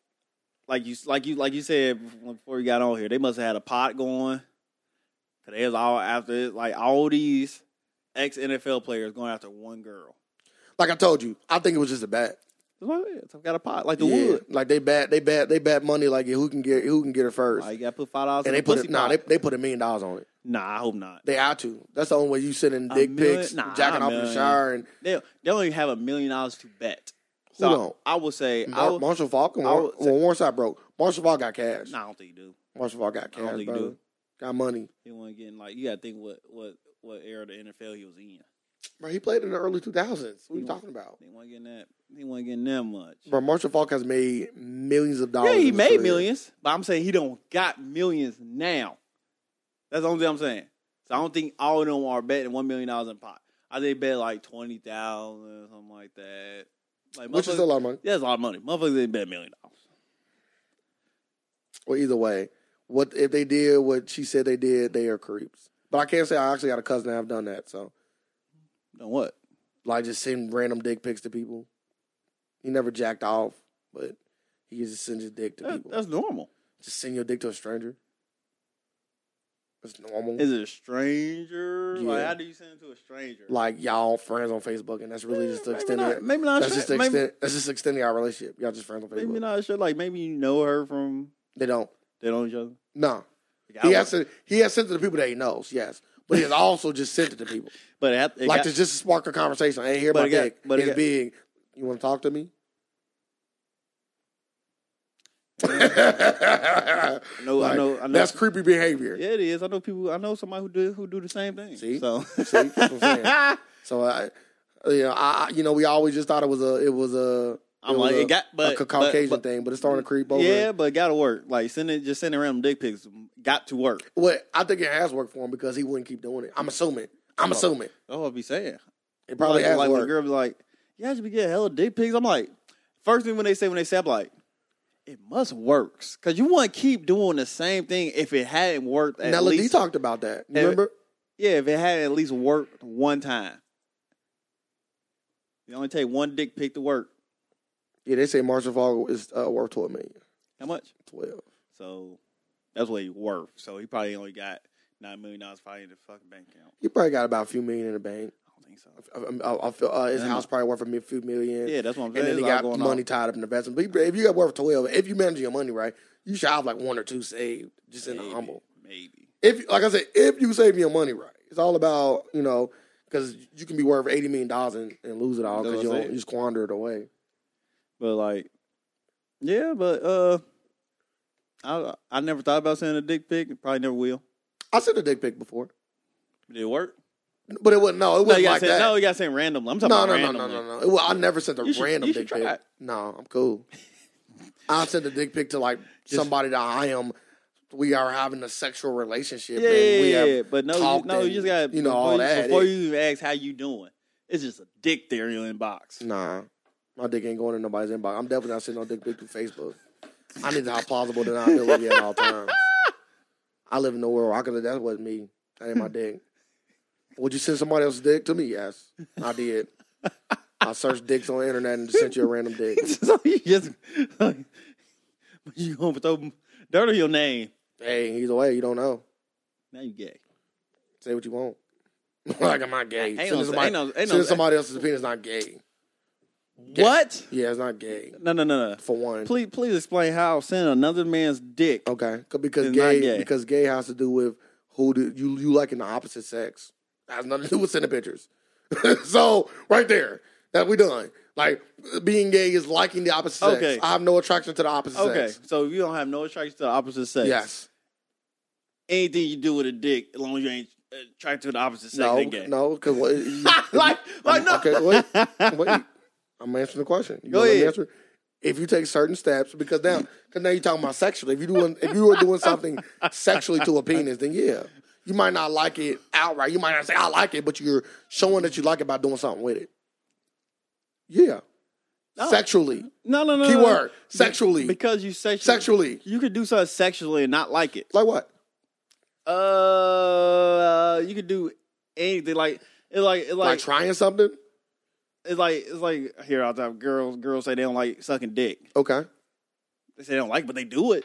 like you like you like you said before you got on here, they must have had a pot going. Cause it was all after it, like all these ex NFL players going after one girl.
Like I told you, I think it was just a bet.
That's what it is. I've got a pot like the
Yeah.
wood.
Like they bet, they bet, they bet money. Like who can get who can get it first?
Like you got to put five dollars.
and they
in the
put
pussy
it, nah,
pot.
they, they put a million dollars on it.
nah, I hope not.
They out to. That's the only way you sending
A
dick
million-
pics,
nah,
jacking off in the
million.
shower, and
They they don't even have a million dollars to bet.
Who
So
don't?
I would say I
Mar-
would,
Marshall Falk.
I
When
would say-
when Warsaw broke, Marshall Falk got cash.
nah, I don't think you do.
Marshall Falk got
I don't
cash,
think you
bro.
do.
Got money,
He wasn't getting like you got to think what what what era of the NFL he was in.
bro. He played in the early two thousands. What are you
He-
talking about,
He wasn't getting that. He wasn't getting that much.
bro? Marshall Falk has made millions of dollars.
yeah, he
in his
made
career.
millions, but I'm saying he don't got millions now. That's the only thing I'm saying. So I don't think all of them are betting one million dollars in pot. I think they bet like twenty thousand or something like that. Like
which is a
motherfuckers-
lot of money.
yeah, that's a lot of money. Motherfuckers didn't bet a million dollars.
Well, either way, what if they did what she said they did? They are creeps. But I can't say I actually got a cousin that have done that. So
Then what?
like just send random dick pics to people. He never jacked off, but he just sends his dick to
That-
people.
that's normal.
Just send your dick to a stranger. That's normal.
Is it a stranger? Like
Yeah.
how do you send it to a stranger?
like y'all friends on Facebook, and that's really just to
maybe
extend
not,
it.
maybe not.
That's
stra-
just to
maybe-
extend. That's just extending our relationship. Y'all just friends on
Maybe
Facebook.
not sure. Like maybe you know her from
They don't.
they know each other.
No,
Like, I
he
would-
has to. He has sent it to people that he knows. Yes, but he has also just sent it to people.
but it, had- it
like
got,
to just spark a conversation. I ain't hear
But
my
it got-
dick.
but it
it's
got-
big. You want to talk to me?
I know, I
Like,
know, I know.
That's creepy behavior.
yeah, it is. I know people. I know somebody who do who do the same thing.
See?
so
See? That's what I'm saying. So I, you know, I, I- you know, we always just thought it was a, it was a,
I'm
was
like,
a,
it got, but
a Caucasian
but,
thing, but it's starting to creep
but,
over.
yeah, but it gotta work. Like sending just sending random dick pics got to work.
Well, I think it has worked for him because he wouldn't keep doing it. I'm assuming. I'm
Oh.
assuming
That's what I be saying.
it probably
like,
has
like when a
worked.
girl be like, "Yeah, I should be getting hella dick pics." I'm like, first thing when they say when they say, I'm like, it must works because you want to keep doing the same thing if it hadn't worked at
Nella D
least.
talked about that. You
At-
remember?
Yeah, if it had at least worked one time. You only take one dick pic to work.
Yeah, they say Marshall Falk is uh, worth twelve million.
How much?
Twelve.
So that's what he worth. So he probably only got nine million dollars probably in the fucking bank account.
He probably got about a few million in the bank.
I don't think so.
I, I, I feel uh, his
Yeah.
house probably worth a mi- few million.
Yeah, that's what I'm
And
saying.
then he
It's all
got
going
money
off.
tied up in investment. But he- if you got worth twelve, if you manage your money right, you should have like one or two saved, just in the
Maybe,
humble.
Maybe.
If like I said, if you save your money right, it's all about you know because you can be worth eighty million dollars and, and lose it all
That's
because
what
you,
I'm
don't-
saying.
you squander it away.
But like, yeah, but uh, I I never thought about sending a dick pic. Probably never will.
I sent a dick pic before,
Did it work?
but it wasn't. No, it
No,
wasn't
you gotta
like
send-
that.
no, you got to send randomly. I'm talking
No,
about
no, no,
randomly.
no, no, no, It wa- I never sent a
You should-
random
you should
dick pic.
try it.
No, I'm cool. I sent a dick pic to like
Just-
somebody that I am. We are having a sexual relationship.
Yeah,
and we
yeah,
have,
yeah. But no, you,
talked
no, you
and,
just got
you know,
before
all
you,
that.
Before
It-
you even ask how you doing, it's just a dick there in your inbox.
Nah, my dick ain't going in nobody's inbox. I'm definitely not sending no dick pic through Facebook. I need to have plausible deniability at all times. I live in the world. I could. That was me. That ain't my dick. Would you send somebody else's dick to me? Yes, I did. I searched dicks on the internet and just sent you a random dick.
so you just, but you gonna throw dirt on your name?
Hey, either way, you don't know.
Now you gay.
Say what you want. like, I'm not gay.
Ain't
Sending
no-
somebody,
ain't no- ain't no-
sending somebody else's penis is not gay. Gay.
What?
Yeah, it's not gay.
No, no, no, no.
For one.
Please, please explain how sending another man's dick.
Okay. 'Cause- Because
It's not
gay,
gay.
because gay has to do with who do you you liking the opposite sex. That has nothing to do with sending pictures. so right there. That we done. Like being gay is liking the opposite
Okay.
sex. I have no attraction to the opposite
Okay,
sex.
so if you don't have no attraction to the opposite sex,
Yes.
anything you do with a dick, as long as you ain't attracted to the opposite sex,
No.
ain't gay.
No. Because
like, like no.
Okay, wait, wait. I'm answering the question. You
Go
gonna let me
ahead.
answer? If you take certain steps, because now, because now you're talking about sexually. If you doing, if you were doing something sexually to a penis, then yeah, you might not like it outright. You might not say I like it, but you're showing that you like it by doing something with it. Yeah,
No.
sexually.
No, no, no. no, no.
Keyword sexually.
Because you sexually,
sexually,
you could do something sexually and not like it.
like what?
Uh, you could do anything like it's like it's
Like,
like,
trying something?
it's like it's like here all the time. Girls, girls say they don't like sucking dick.
Okay,
They say they don't like, it, but they do it.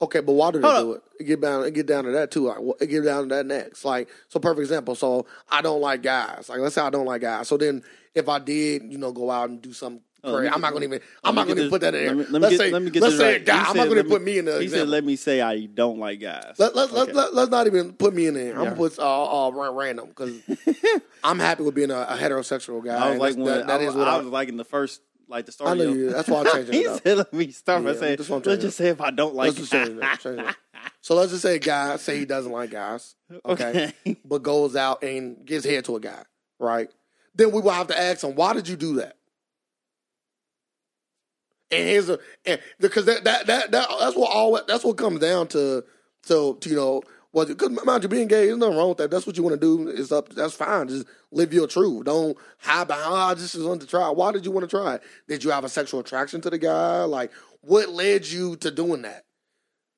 Okay, but why do they
Hold
do it? It Get down, it get down to that too. Like, wh- it get down to that next. Like, so perfect example. So I don't like guys. Like, let's say I don't like guys. So then, if I did, you know, go out and do some,
Oh, let me
crazy, I'm
get-
not gonna even. I'm
Let me
not gonna
get
even put
this-
that in
Let
there.
me, let me
let's
get,
say,
let me get
let's
this
say
right.
a guy.
He
I'm
said,
not gonna
let
put me in the
He said,
example.
"Let me say I don't like guys."
Let, let's,
Okay.
let's, let, let's not even put me in there. I'm
Yeah.
gonna put uh, uh, ra- random because I'm happy with being a, a heterosexual guy.
I was
and
like,
that's-
when,
that, that
I,
is
was-
what
I
I,
was like in the first, like the start.
I
of
know
your-
you. That's why I changed
he
it up.
said, "Let me start by
Yeah,
saying,
that's what I'm
let's
changing
just say if I don't like
Let's just change that. Change that. So let's just say a guy say he doesn't like guys, okay, but goes out and gives head to a guy, right? Then we will have to ask him, why did you do that? And here's a and, because that, that that that that's what all that's what comes down to to, to you know what because mind you being gay there's nothing wrong with that that's what you want to do it's up that's fine just live your truth don't hide behind "Oh, I just wanted to try it." why did you want to try it did you have a sexual attraction to the guy like what led you to doing that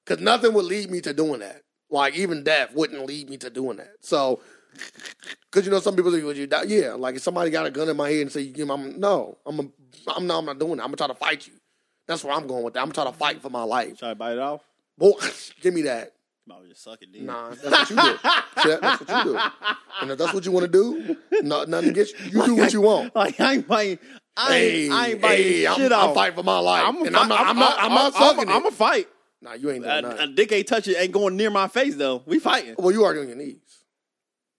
because nothing would lead me to doing that. Like even death wouldn't lead me to doing that. So, because you know some people say, "Would you die?" Yeah, like if somebody got a gun in my head and say, "You know, I'm no, I'm a, I'm no, I'm not doing that. I'm gonna try to fight you." That's where I'm going with that. I'm trying to fight for my life.
Try to bite it off.
Boy, give me that.
I was just sucking dick.
Nah, that's what you do. See, that- that's what you do. And if that's what you want to do, no, nothing gets you. You do what you want.
Like I ain't biting. I ain't, I ain't biting
hey,
shit
I'm,
off.
I'm fighting for my life,
I'ma
and
fight-
I'm not. I'm not. I'm not sucking
I'm
it.
a fight.
Nah, you ain't doing
A, a
nothing.
dick ain't touching. Ain't going near my face though. We fighting.
Well, you already on your knees.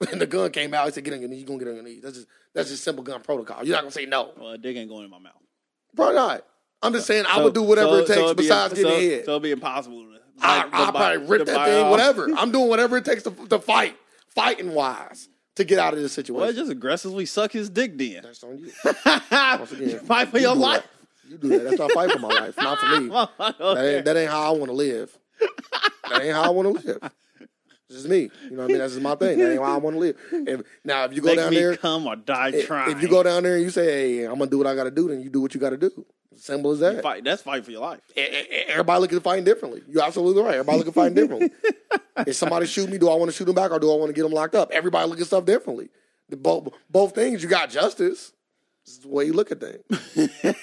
And the gun came out. I said, "Get on your knees. You gonna get on your knees." That's just that's just simple gun protocol. You're not gonna say no.
Well, a dick ain't going in my mouth.
Probably not. I'm just saying I
So-
would do whatever
so-
it takes
so it'd be-
besides getting
so,
hit.
So it'd be impossible. To,
I,
like, to bite-
I'll probably
to
rip that
bite
thing.
off.
Whatever. I'm doing whatever it takes to, to fight, fighting wise, to get out of this situation.
Well, just aggressively suck his dick then.
that's on you.
you
again,
fight for
you
your
do
life.
that. You do that. That's not fight for my life. Not for me. That ain't, that ain't how I want to live. That ain't how I want to live. It's just me. You know what I mean? That's just my thing. That ain't how I want to live. If, now, if you go
Make
down
me
there,
come or die
If-
trying.
If you go down there and you say, "Hey, I'm gonna do what I gotta do," then you do what you gotta do. Simple as that.
fight, that's fight for your life.
E- e- Everybody looking at fighting differently. You're absolutely right. Everybody looking at fighting differently. if somebody shoot me, do I want to shoot them back or do I want to get them locked up? Everybody look at stuff differently. The both both things, you got justice. This is the way you look at things.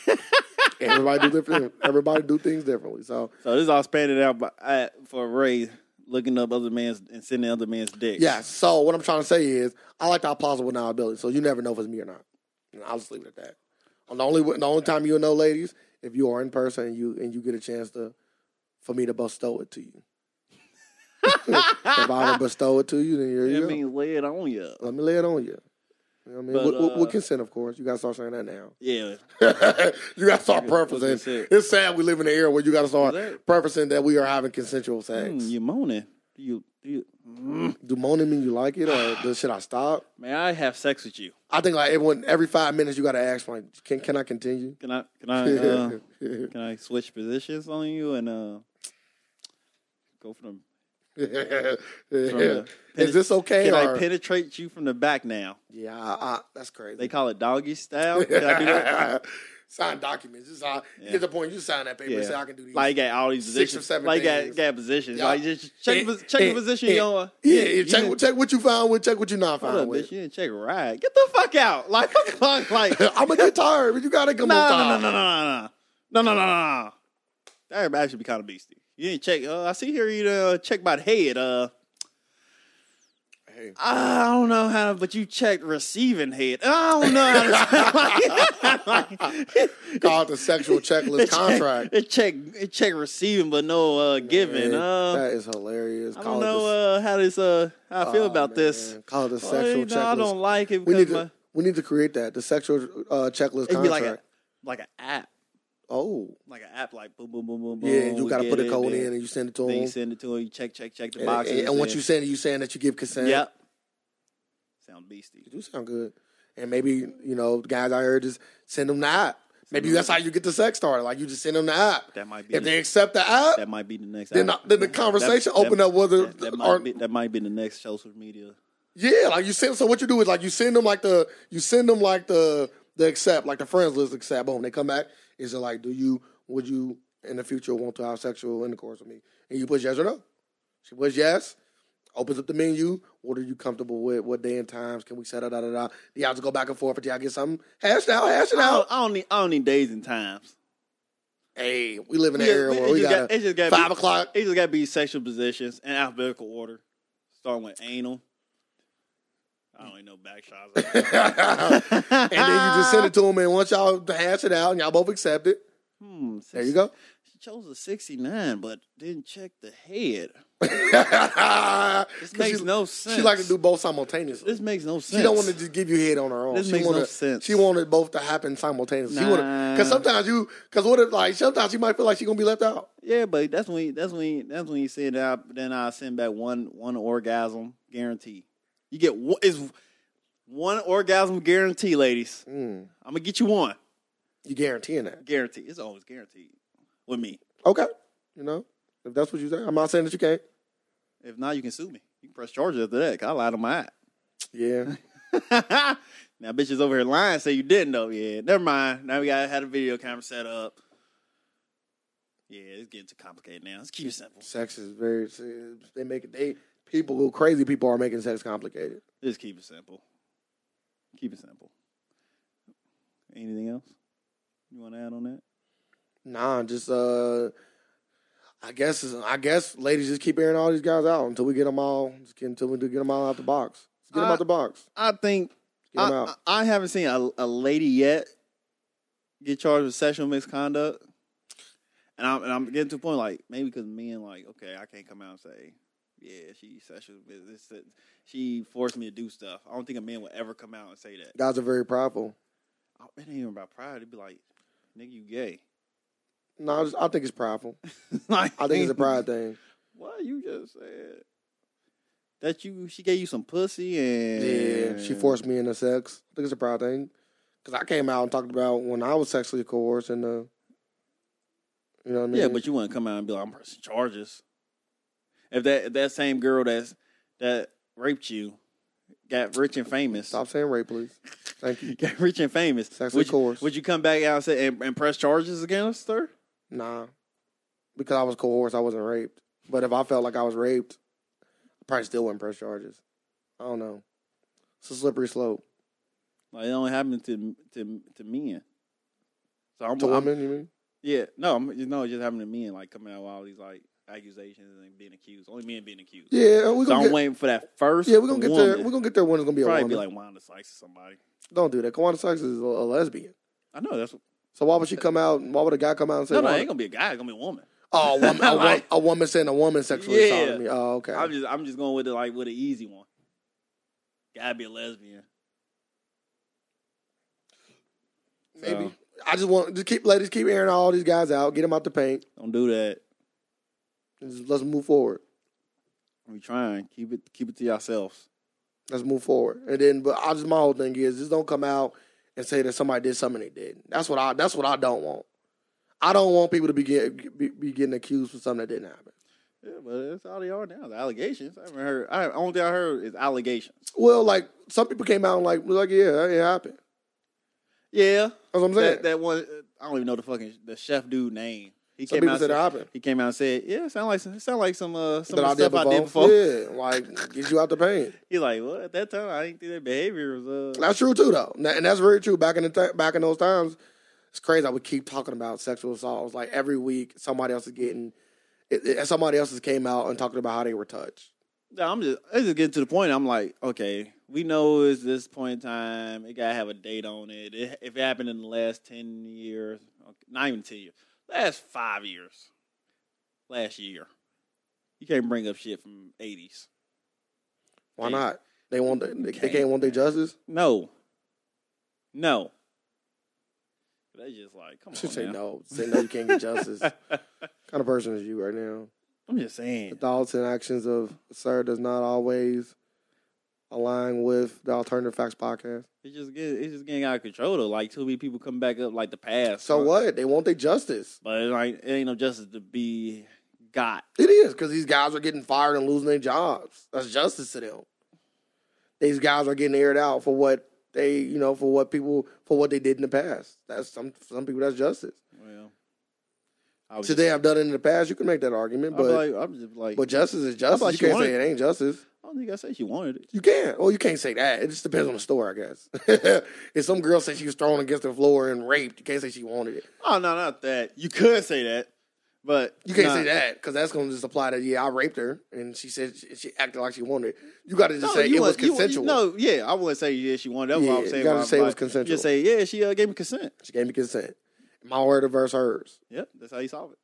everybody do different. Everybody do things differently. So
So this all expanded out by, I, for Ray looking up other man's and sending other man's dick.
yeah. So what I'm trying to say is, I like to apostle with ability. So you never know if it's me or not. And I'll just leave it at that. And the only the only time you'll know, ladies, if you are in person and you and you get a chance to for me to bestow it to you. if I don't bestow it to you, then you're
I
you go.
mean, lay it on you.
Let me lay it on you. You know what I mean?
But,
with, with- with
uh,
consent, of course. You gotta start saying that now.
Yeah,
you gotta start
with
preferencing.
consent.
It's sad we live in an era where you gotta start
Is that-
preferencing that we are having consensual sex.
Mm, you moaning. You, you, mm.
Do moaning mean you like it, or does- should I stop?
may I have sex with you?
I think like everyone every five minutes you gotta ask like, can can I continue?
Can I? Can I? Uh, can I switch positions on you and uh, go from the?
Is this okay?
Can
or-
I penetrate you from the back now?
yeah, I, I, that's crazy.
They call it doggy style. Can I do that?
sign documents. This is how,
Yeah.
You get the point. You sign that paper and say I can do these.
Like you got all these
six
positions.
or seven
like you got,
things.
got positions.
Yeah.
Like just check
Eh,
check
eh,
the position
eh,
you on.
yeah, yeah, check
you-
check what you found with. Check what you
Hold
not found
up,
with.
bitch. You didn't check a ride. Get the fuck out. Like what the fuck? Like no,
I'm gonna get tired, but you gotta come on
no, no,
time.
no, no, no, no, no, no, no, no. That actually be kind of beastie. You didn't check. Uh, I see here you uh, check by the head. Uh,
Hey,
I don't know how, to, but you checked receiving head. I don't know how to. like,
call it the sexual checklist
it
contract.
Check, it check it check receiving, but no uh, giving.
Man,
Uh,
that is hilarious.
I
Call
don't
it
know
the-
uh, how this. Uh, how I feel
Aw,
about this.
man. Call it the
Well,
sexual
you know, I
checklist.
don't like it
We
because
need to
my,
we need to create that the sexual uh, checklist
it'd
contract.
be like a like an app,
oh,
like an app, like boom, boom, boom, boom, boom.
yeah, you got to
we
put
get
a code
there.
in and you send it to
Then you
them.
send it to him. You check, check, check the
And,
boxes.
and, and once you
then-
send it, you saying that you give consent.
yep, sound beastie.
You do sound good. And maybe you know, guys out here just send them the app. Maybe that's how you get the sex started. Like you just send them the app.
That might be
If
the,
they accept the app,
that might be the next.
then
app.
the- then the conversation open up whether-
that, that
or-
might be, that might be the next social media.
yeah, like you send. So what you do is like you send them like the you send them like the the accept like the friends list accept. Boom, they come back. Is it like do you would you in the future want to have sexual intercourse with me? And you push yes or no. She puts yes. Opens up the menu. What are you comfortable with? What day and times can we set it? Da da da. Y'all just go back and forth until y'all get something hashed out. Hash it
I don't,
out.
I don't need I don't need days and times.
hey, we live in
We
an
just-
area
we-
where
it
we
just
got
got- it just
to
gotta
five
be-
o'clock.
It just got to be sexual positions in alphabetical order, starting with anal. I don't even know back shots.
and
and
then you just send it to them, and once y'all hash it out and y'all both accept it,
Hmm,
there you go.
She chose a 69, but didn't check the head. This
'Cause
makes
she,
no sense.
she like to do both simultaneously.
This makes no sense.
She don't want to just give you head on her own.
This
she
makes no
wanted,
sense.
She wanted both to happen simultaneously. She wanted because
Nah.
sometimes you because what if like sometimes you might feel like she's gonna be left out.
Yeah, but that's when that's when that's when you said that. I, then I send back one one orgasm guarantee. You get one is one orgasm guarantee, ladies.
Mm,
I'm gonna get you one
you guaranteeing that?
guarantee. It's always guaranteed with me.
Okay, you know if that's what you say. I'm not saying that you can't.
If not, you can sue me. You can press charges after that. 'cause I lied on my
Yeah,
eye. now bitches over here lying say you didn't though. Yeah, never mind. Now we got had a video camera set up. Yeah, it's getting too complicated now. Let's keep it simple.
sex is very. They make it. They people who crazy people are making sex complicated.
Just keep it simple. Keep it simple. Anything else you want to add on that?
Nah, just uh, I guess I guess ladies just keep airing all these guys out until we get them all just get- until we do get them all out the box. Just get them
I-
out the box.
I think
Get
Uh, I,
them out.
I I haven't seen a, a lady yet get charged with sexual misconduct, and I'm and I'm getting to a point like maybe because men like okay I can't come out and say yeah she sexual this that- she forced me to do stuff. I don't think a man would ever come out and say that. Oh,
guys are very prideful.
It ain't even about pride. It'd be like nigga you gay.
No, I, just, I think it's prideful.
like,
I think it's a pride thing.
What you just said? That you she gave you some pussy and
Yeah, she forced me into sex. I think it's a pride thing because I came out and talked about when I was sexually coerced and uh, you know what I mean.
Yeah, but you wouldn't come out and be like, I'm pressing charges. If that if that same girl that's that raped you got rich and famous.
stop saying rape, please. Thank you.
Got rich and famous.
Sexually
Would you,
coerced.
would you come back out and say and, and press charges against her?
Nah, because I was coerced, I wasn't raped. But if I felt like I was raped, I probably still wouldn't press charges. I don't know. It's a slippery slope.
Like it only happened to to to men. So I'm,
To
I'm-
women, you mean?
yeah, no, I'm, you know, it just happened to men like coming out with all these like accusations and being accused. Only men being accused.
Yeah, we're
So
gonna
I'm
get.
waiting for that first.
Yeah, we're gonna get
woman.
there. We're gonna get there when it's gonna be a
probably
woman.
be like Wanda Sykes or somebody.
don't do that. Kawana Sykes is a, a lesbian.
I know that's
So why would she come out? Why would a guy come out and say,
no, no. It
"Why-
ain't gonna be a guy. It's gonna be a woman.
Oh, a woman, a, wo-
Like-
a woman saying a woman sexually
Yeah.
assaulted me. Oh, okay.
I'm just, I'm just going with it like with an easy one. Gotta be a lesbian.
Maybe.
So,
I just want just keep ladies keep airing all these guys out, get them out the paint,
don't do that.
and just, let's move forward.
We trying keep it, keep it to yourselves.
Let's move forward. And then, but I just my whole thing is just don't come out and say that somebody did something they did. That's what I. That's what I don't want. I don't want people to be, get, be, be getting accused for something that didn't happen.
Yeah, but that's all they are now. The allegations. I haven't heard. I only thing I heard is allegations.
Well, like some people came out and like was like yeah, it happened.
Yeah,
That's what I'm saying.
that, that one. uh, I don't even know the fucking the chef dude name. He
some
came
people
out.
said it
Said,
happened.
he came out and said, "Yeah, sound like some, sound like some uh some
That
of the stuff I did before."
Yeah, like get you out the paint.
He like, well, at that time, I didn't think that behavior was uh.
That's true too, though, N- and that's very true. Back in the th- back in those times, it's crazy. I would keep talking about sexual assault. It was like every week, somebody else is getting, it, it- somebody else has came out and talking about how they were touched.
No, I'm just it's just getting to the point. I'm like, okay, we know it's this point in time. It gotta have a date on it. it if it happened in the last ten years, okay, not even ten years, last five years, last year, you can't bring up shit from '80s.
Why
Hey.
not? They want the, they, they
Can't.
can't want their justice.
No, no. They just like, come on,
say
now.
no, say no. You can't get justice. kind of person is you right now?
I'm just saying.
The thoughts and actions of sir does not always align with the alternative facts podcast.
It's just getting, it's just getting out of control though. Like too many people come back up like the past.
So what? They want their justice.
But it ain't, it ain't no justice to be got.
It is because these guys are getting fired and losing their jobs. That's justice to them. These guys are getting aired out for what they, you know, for what people, for what they did in the past. That's some some people. That's justice.
Well, I was
Should they have done it in the past? You can make that argument,
just-
but
Oh, I'm like, I'm just like,
but justice is
How
justice.
about
You
you
can't
want
say it ain't justice.
I I don't think I said she wanted it.
You can. Well, you can't say that. It just depends on the story, I guess. if some girl said she was thrown against the floor and raped, you can't say she wanted it.
Oh no, not that. You could say that, but
You can't
nah.
say that because that's going to just apply to yeah, I raped her and she said she, she acted like she wanted it. You got to just say it was
wouldn't- you wouldn't-
consensual.
no, yeah, I wouldn't say yeah she wanted. That's what I was
Yeah,
saying.
you gotta
why I'm
say it was
like-
consensual.
Just say yeah, she uh, gave me consent.
She gave me consent. My word versus hers.
Yep, that's how you solve it.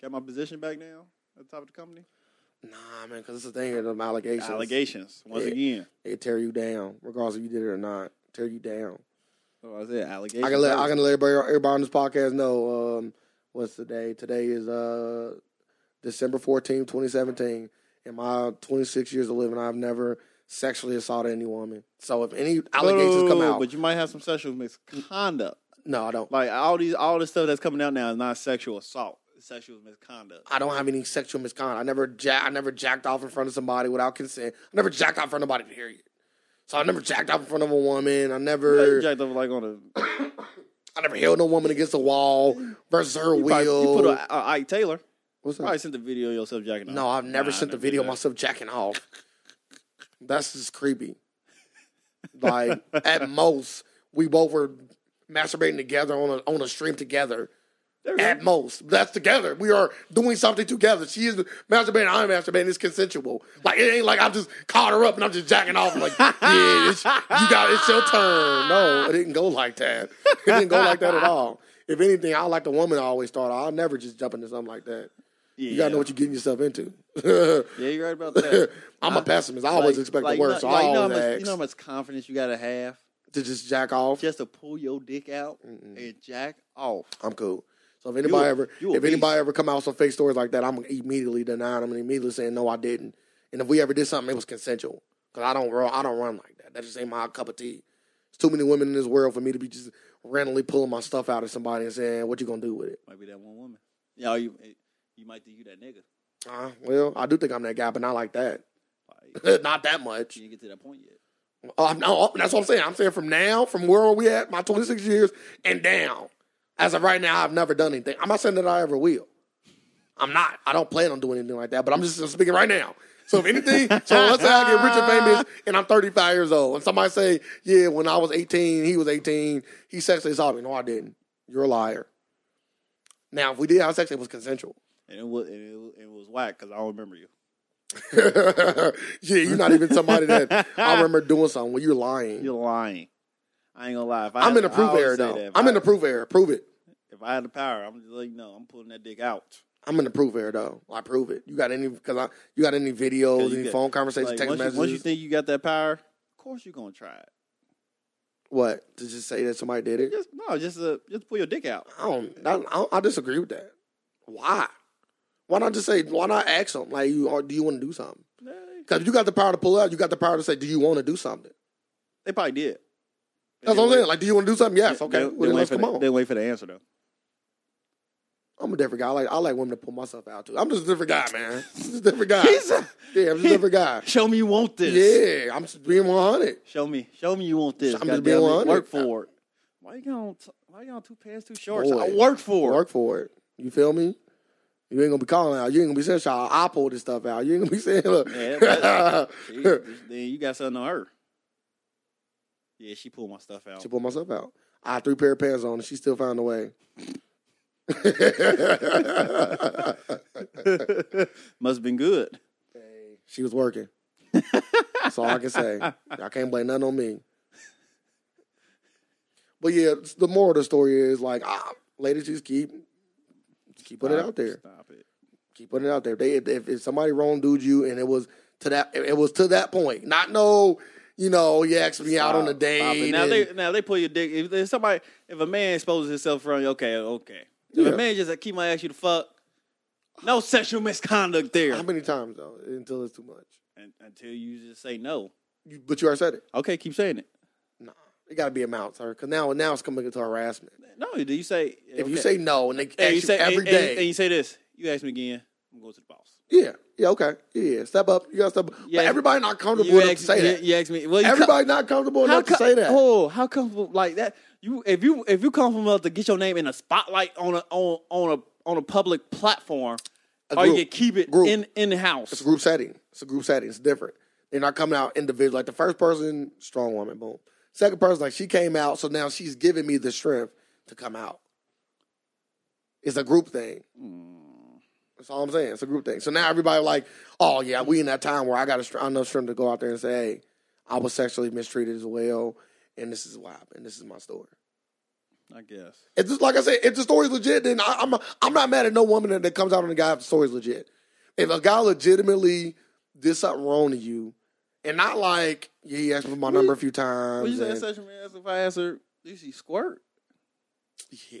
Got my position back now at the top of the company.
Nah, man, because it's the thing of them allegations.
Allegations once
Yeah.
again.
They tear you down, regardless if you did it or not. Tear you down.
So I said allegations.
I can let I can let everybody, everybody on this podcast know um, what's today. Today is uh, December fourteenth, twenty seventeen. In my twenty six years of living, I've never sexually assaulted any woman. So if any allegations come
No,
out,
but you might have some sexual misconduct.
no, I don't.
Like all these, all this stuff that's coming out now is not sexual assault. It's sexual misconduct.
I don't have any sexual misconduct. I never ja- I never jacked off in front of somebody without consent. I never jacked off in front of nobody. Period. So I never jacked off in front of a woman. I
Yeah, you
never
jacked up like on a
I never held no woman against the wall versus her
you probably-
will.
You put a, a Ike Taylor.
What's that?
Probably sent the video of yourself jacking off.
No, I've never
Nah,
sent the
never
video
did
of
that.
myself jacking off. That's just creepy. Like at most, we both were masturbating together on a on a stream together.
There you
At most, that's together. We are doing something together. She is masturbating. I'm masturbating. It's consensual. Like it ain't like I'm just caught her up and I'm just jacking off. like yeah, it's, you got it's your turn. No, it didn't go like that. It didn't go like that at all. If anything, I like the woman. I always thought I'll never just jump into something like that.
Yeah.
You gotta know what you're getting yourself into.
Yeah, you're right about that.
I'm a pessimist. I always
Like-
expect
like,
the
you know-
worst.
like,
I
you know, how
always
much,
ask
you know how much confidence you gotta have
to just jack off.
just to pull your dick out and jack off.
I'm cool. So if anybody
a-
ever,
you a
if anybody ever come out with some fake stories like that, I'm immediately denying them and immediately saying no, I didn't. And if we ever did something, it was consensual. Cause I don't run, I don't run like that. That just ain't my cup of tea. There's too many women in this world for me to be just randomly pulling my stuff out of somebody and saying, "What you gonna do with it?"
Might be that one woman. Yeah, you eh, you might think you that nigga. Uh-huh.
Uh, well, I do think I'm that guy, but not like that.
Like,
not that much.
you didn't get to that point yet.
Oh, I'm- no, that's what I'm saying. I'm saying from now, from where are we at, my 26 years and down. As of right now, I've never done anything. I'm not saying that I ever will. I'm not. I don't plan on doing anything like that. But I'm just I'm speaking right now. So if anything, so let's say I get rich and famous and I'm 35 years old, and somebody say, "Yeah, when I was 18, he was 18, he sexually assaulted me." No, I didn't. You're a liar. Now, if we did have sex, it was consensual.
And it was and it, was- it was whack because I don't remember you.
yeah, you're not even somebody that I remember doing something. Well, you're lying.
You're lying. I ain't gonna lie. If I
I'm
had-
in the
I
proof
always
era
say
though.
that. If
I'm
I-
in the proof era. Prove it.
If I had the power, I'm just like, no, I'm pulling that dick out.
I'm in the proof era though. I prove it. You got any? Because I you got any videos,
'Cause you
any
get-
phone conversations,
Like,
text
once,
messages?
you, once you think you got that power, of course you're gonna try it.
what to just say that somebody did it?
Just no, just uh, just pull your dick out.
I don't. That, I, don't- I disagree with that. Why? Why not just say? Why not ask them? Like you or do you want to do something?
They
Because you got the power to pull out. You got the power to say, do you want to do something?
probably did.
That's
They
what I'm
wait-
saying. Like, do you want to do something? Yes.
they-
Okay.
They,
Well, then
wait
let's
for
come
the,
on.
they wait for the answer though.
I'm a different guy. I like I like women to pull myself out too. I'm just a different guy, man. Just a different guy.
He's a-
yeah, I'm just a different guy.
Show me you want this.
Yeah, I'm just being 100.
Show me. Show me you want this.
I'm
I'm
just being 100.
Work for it. Why you going why you going two pants, two shorts?
Boy.
I work for it.
Work for it. You feel me? You ain't gonna be calling out. You ain't gonna be saying, "Shaw, I pulled this stuff out." You ain't gonna be saying, "Look."
Yeah, but- See, then you got something on her. Yeah, she pulled my stuff out.
she pulled myself out. I had three pair of pants on, and she still found a way. Hey,
Must have been good.
she was working. That's all I can say. I can't blame nothing on me. But yeah, it's- the moral of the story is like, ah, ladies, just keep just keep putting it
Stop-
out there.
Stop it.
keep putting it out there. If they if, if, if somebody wrongdoed you and it was to that if it was to that point, not no, you know, you asked me out on a
Stop. Stop it.
date.
Now
and-
they now they pull your dick. If, if somebody, if a man exposes himself from you, okay, okay. If
Yeah.
a man just like, keep my ass you to fuck, no sexual misconduct there
how many times though? Until it's too much.
Un- until you just say no.
You, but you already said it.
Okay, keep saying it.
Nah, it got to be amounts, sir. Because now now it's coming into harassment.
No, do you say
If you
okay.
say no and they ask
and
you
you say
every
and,
day,
and- and you say this, you ask me again, I'm going to the boss.
yeah, yeah, okay, yeah, yeah, step up. You got to step up.
Yeah.
but everybody not comfortable
You
enough
ask,
to say
you,
that.
you ask me. Well, you co-
Everybody not comfortable enough to
co-
say that.
Oh, how comfortable like that? You if you if you comfortable enough to get your name in a spotlight on a on on a on a public platform, or you
group.
can keep it
Group.
in in
It's
house.
a group setting. It's a group setting. It's different. They're not coming out individually. Like the first person, strong woman, boom. Second person, like she came out, so now she's giving me the strength to come out. It's a group thing. That's all I'm saying. It's a group thing. So now everybody like, oh yeah, we in that time where I got str- enough strength to go out there and say, hey, I was sexually mistreated as well, and this is what happened. This is my story.
I guess.
It's just like I said, if the story's legit, then I, I'm I'm not mad at no woman that, that comes out on the guy if the story's legit. If a guy legitimately did something wrong to you, and not like yeah, he asked me for my
What
number
you-
a few times.
What you saying,
and-
session man? If I ask her, did she squirt?
yeah,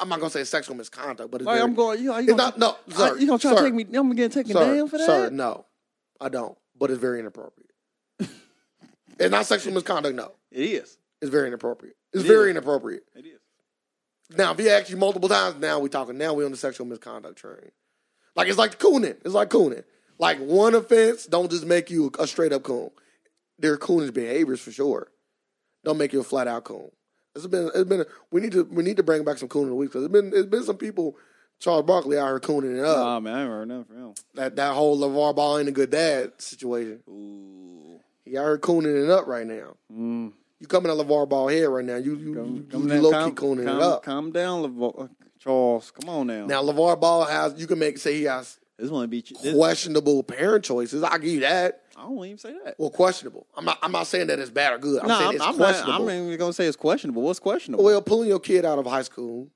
I'm not gonna say sexual misconduct, but it's
Like
very-
I'm going. You, know, you
It's
gonna,
not no.
I-
Sir,
you gonna try
sir,
to take me? I'm gonna get taken
sir,
down for that.
Sir, no, I don't. But it's very inappropriate. it's not sexual misconduct. No,
It is.
it's very inappropriate. It's
It
very
is.
inappropriate.
It is.
Now, if he asked you multiple times, now we talking. Now we on the sexual misconduct train. Like it's like cooning. It's like cooning. Like one offense don't just make you a straight up coon. They're coonish behaviors for sure. Don't make you a flat out coon. It's been it's been we need to we need to bring back some coon in the week because it's been it's been some people Charles Barkley out here cooning it up.
Nah, man, I ain't heard nothing from him.
that that whole LeVar Ball ain't a good dad situation.
Ooh.
He out here cooning it up right now.
Mm.
You coming at LeVar Ball head right now. You you, you, you, low key cooning
calm,
it up.
Calm down, Levo- Charles. Come on now.
Now LeVar Ball has you can make say he has
this one be. This,
questionable parent choices. I give you that.
I don't even say that.
Well, questionable. I'm not. I'm not saying that it's bad or good. I'm
no,
saying it's
I'm, I'm not.
questionable.
I'm not even gonna say it's questionable. What's questionable?
well, pulling your kid out of high school,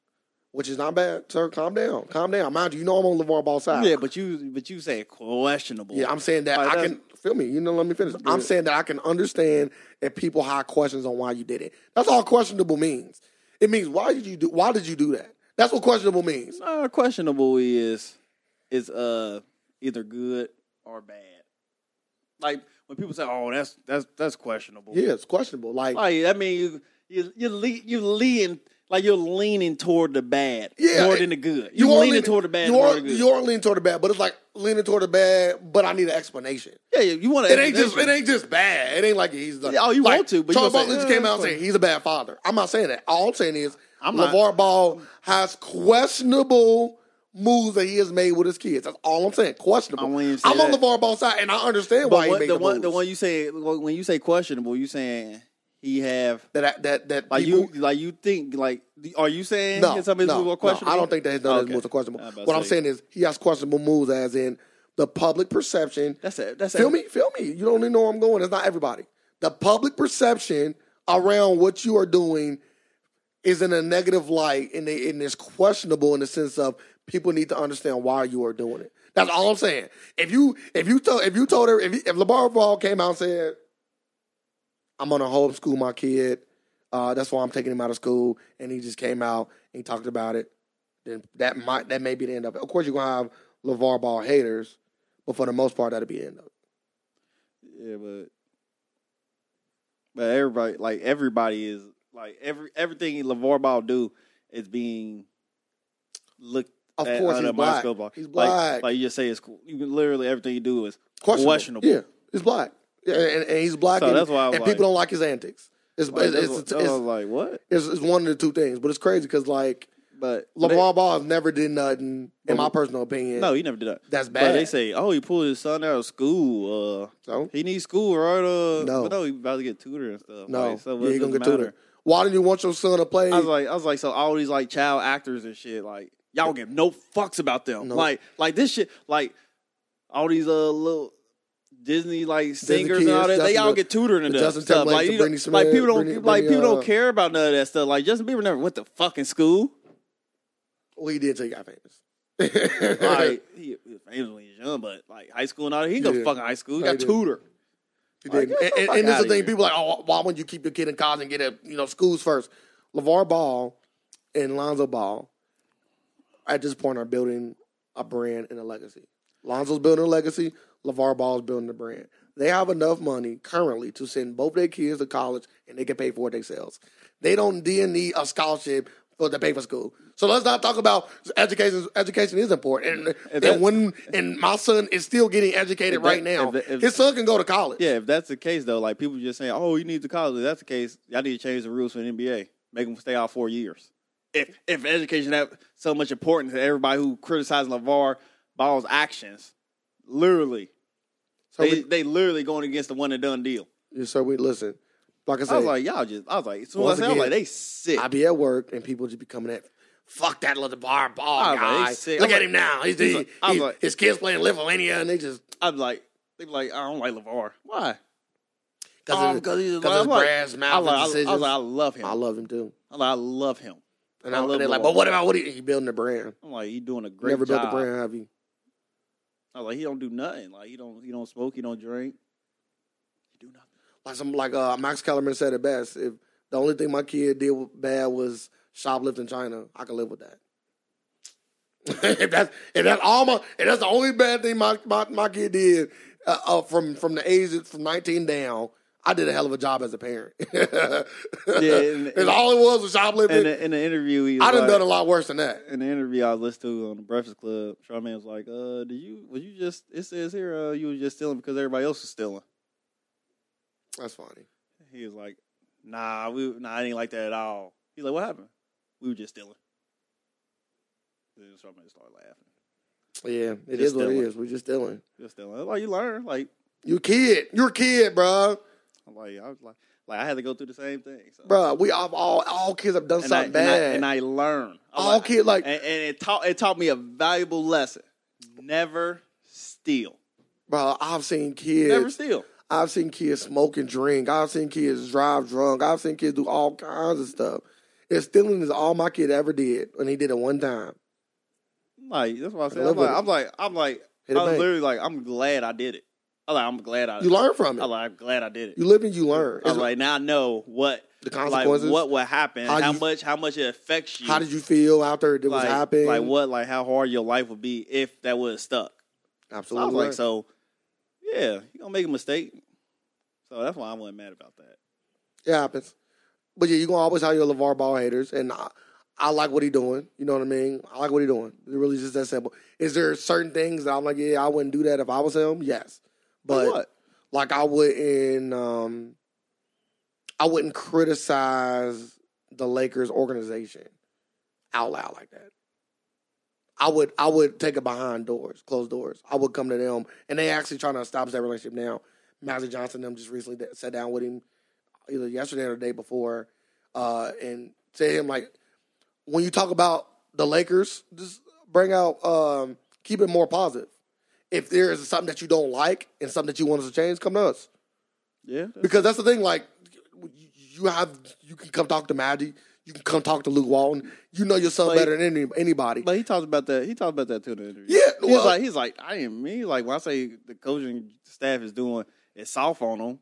which is not bad, sir. Calm down. Calm down. Mind you, you know I'm on LeVar Ball's side.
yeah, but you, but you say questionable.
Yeah, I'm saying that
Like,
I
that's-
can feel me. You know, let me finish. I'm saying that I can understand if people have questions on why you did it. That's all questionable means. It means why did you do? Why did you do that? That's what questionable means.
Nah, questionable is is uh either good or bad. Like when people say, "Oh, that's that's that's questionable."
Yeah, it's questionable. Like,
Like that mean you you you le- you lean like you're leaning toward the bad
Yeah,
more
it-
than the good.
you
You
are
leaning
leaning-
toward the bad
you
more
are
than the good.
you are leaning toward the bad, but it's like leaning toward the bad. But I need an explanation.
yeah, yeah, you want to.
It ain't just it ain't just bad. It ain't like he's the,
Yeah, oh, you
like,
want to, but you
Charles
gonna say,
Barkley just
"Eh,
came out
it's
saying he's a bad father. I'm not saying that. All I'm saying is
I'm not-
LeVar Ball has questionable moves that he has made with his kids. That's all I'm saying. Questionable.
I wouldn't even say
I'm on
that.
LeVar Ball's side, and I understand
But
why
what-
he made
the,
the,
one
moves.
the one you say when you say questionable, you saying he have
that that that
like
people,
you like you think like are you saying
no,
that some of his
no,
moves were
no,
questionable?
I don't think that his, none of his
Okay. Ah,
moves are
I
questionable.
was about
What
to
I'm
say.
saying is he has questionable moves, as in the public perception
That's it. That's
Feel
it.
me, feel me. You don't even know where I'm going. It's not everybody. The public perception around what you are doing is in a negative light, and, they, and it's questionable in the sense of people need to understand why you are doing it. That's all I'm saying. If you if you told if you told her if you, if LeBar Ball came out and said, "I'm gonna homeschool my kid," uh, that's why I'm taking him out of school, and he just came out and he talked about it, then that might that may be the end of it. Of course, you're gonna have LeVar Ball haters, but for the most part, that'll be the end of it.
Yeah, but but everybody like everybody is like every everything Levar Ball do is being looked
Of
at
course,
under
he's
a
black.
microscope. Like-
He's black.
Like, you just say it's cool. You can literally everything you do is
questionable.
questionable.
Yeah, he's black. Yeah, and, and he's black.
So
and
that's why I was
and
like-
people don't like his antics. It's
like,
it's,
that's
it's,
what-
it's,
I was like what?
it's- it's one of the two things, but it's crazy because like
But
LeVar Ball has never did nothing, in my personal opinion.
they- no, he never did that.
that's
But
bad.
they say, oh, he pulled his son out of school. Uh,
so
he needs school, right? Uh,
No.
but no, he about to get tutored and stuff.
no,
like, so
yeah,
what
you
does
gonna get
it matter?
tutored. Why didn't you want your son to play?
I was like, I was like, so all these like child actors and shit, like y'all don't give no fucks about them.
No.
Like, like this shit, like all these uh little Disney like singers
kids,
and all that, they
Justin-
all get tutoring and
the Justin
stuff.
Timberlake,
Like,
the
you don't-
Britney Spears,
like people don't,
Britney-
like
Britney,
people
uh,
don't care about none of that stuff. Like Justin Bieber never went to fucking school.
well, he did until he got famous.
Like he, he was famous when he was young, but like high school and all that, he didn't go
Yeah.
to fucking high school. He
No, he
got
didn't.
tutored.
He
Like,
didn't.
get the
and
fuck
and, and this is
outta
the thing.
here.
People are like, oh, why wouldn't you keep your kid in college and get a you know schools first? Levar Ball and Lonzo Ball at this point are building a brand and a legacy. Lonzo's building a legacy. Levar Ball's building a brand. They have enough money currently to send both their kids to college and they can pay for it themselves. They don't then need a scholarship for to pay for school. So let's not talk about education. Education is important, and, and,
that-
when and my son is still getting educated
If that-
right now.
if that- if-
His son can go to college.
Yeah, if that's the case though, like people just saying, "Oh, you need to college." If that's the case, y'all need to change the rules for the NBA. Make them stay out four years. If if education that so much importance to everybody who criticizes Levar Ball's actions, literally,
So
They
we,
they literally going against the one and done deal.
yeah, so we listen. Like I said,
I was like, y'all just. I was like, as soon
Once
as I said, I was like,
again,
they sick.
I be at work and people just be coming at. Fuck that little bar ball
I was like,
guy!
he's sick.
Look
I'm
at him now. He's, he,
like- I was
he-
like-
his kids playing Lithuania, and they just
I'm like, they be like, I don't like Levar. Why?
because
Oh,
of, 'cause
he's
of
I was
his
like-
brass
I was
mouth
like,
and
I was- I was
decisions.
like, I love him.
I love him too.
I'm like, I love him.
And
I
I,
love
and they're like,
Lamar.
but what about what he, he building a brand?
I'm like, he doing a great
Never
job.
built a brand, have you?
I was like, he don't do nothing. Like he don't he don't smoke, he don't drink. He do nothing.
Like some like uh, Max Kellerman said it best. If the only thing my kid did bad was shoplift in China, I could live with that. if that's if that's all my if that's the only bad thing my my, my kid did uh, uh, from from the age of- from nineteen down, I did a hell of a job as a parent. yeah,
and-
if all it was was
In
shoplifting,
the, in the interview, he was
I done
like,
done a lot worse than that.
in the interview I listened to on the Breakfast Club, Charmaine was like, "Uh, do you? Was you just? It says here, uh, you was just stealing because everybody else was stealing."
That's funny.
He was like, "Nah, we nah, I ain't like that at all." He's like, "What happened? We were just stealing." Then Charmaine started laughing.
Yeah, it is
Just
what it
stealing.
is. We're just dealing.
Just stealing. That's like you learn. Like,
You kid, you're a kid, bruh.
I'm like, I was like, like I had to go through the same thing. So.
Bruh, we all all, all kids have done
and I,
something
and, I,
bad.
and I learned. I'm
all
like-
kids like
and, and it taught it taught me a valuable lesson: never steal.
Bro, I've seen kids.
Never steal.
I've seen kids smoke and drink. I've seen kids drive drunk. I've seen kids do all kinds of stuff. And stealing is all my kid ever did, and he did it one time.
Like that's what I said.
live
I'm like,
with it.
I'm like, I'm like,
Hit it
I'm
back.
literally like, I'm glad I did it. I'm like, I'm glad I.
You learn from
I'm
it.
like, I'm glad I did it.
You live and you learn.
I'm
It's-
like, now I know what
the
like
consequences.
what would happen,
How
how,
you-
much, how much it affects you.
how did you feel after it was
like,
happening?
Like what, like how hard your life would be if that would have stuck. So I
Absolutely.
was like, so yeah, you gonna make a mistake. So that's why I wasn't mad about that.
It happens. But yeah, you're going to always have your LeVar Ball haters. And I, I like what he doing. You know what I mean? I like what he doing. It really just that simple. Is there certain things that I'm like, yeah, I wouldn't do that if I was him? Yes. But
Like what?
like I wouldn't um I wouldn't criticize the Lakers organization out loud like that. I would I would take it behind doors, closed doors. I would come to them and they actually trying to establish that relationship now. Magic Johnson and them just recently d- sat down with him either yesterday or the day before uh and said to him like when you talk about the Lakers, just bring out um keep it more positive. If there is something that you don't like and something that you want us to change, come to us.
Yeah, that's-
Because that's the thing, like you have you can come talk to Magic, you can come talk to Luke Walton. You know your son
Like-
better than any, anybody.
But he talks about that. He talks about that too in the interview.
Yeah,
he's
well-
like he's like I am me. Like when I say the coaching staff is doing is soft on them,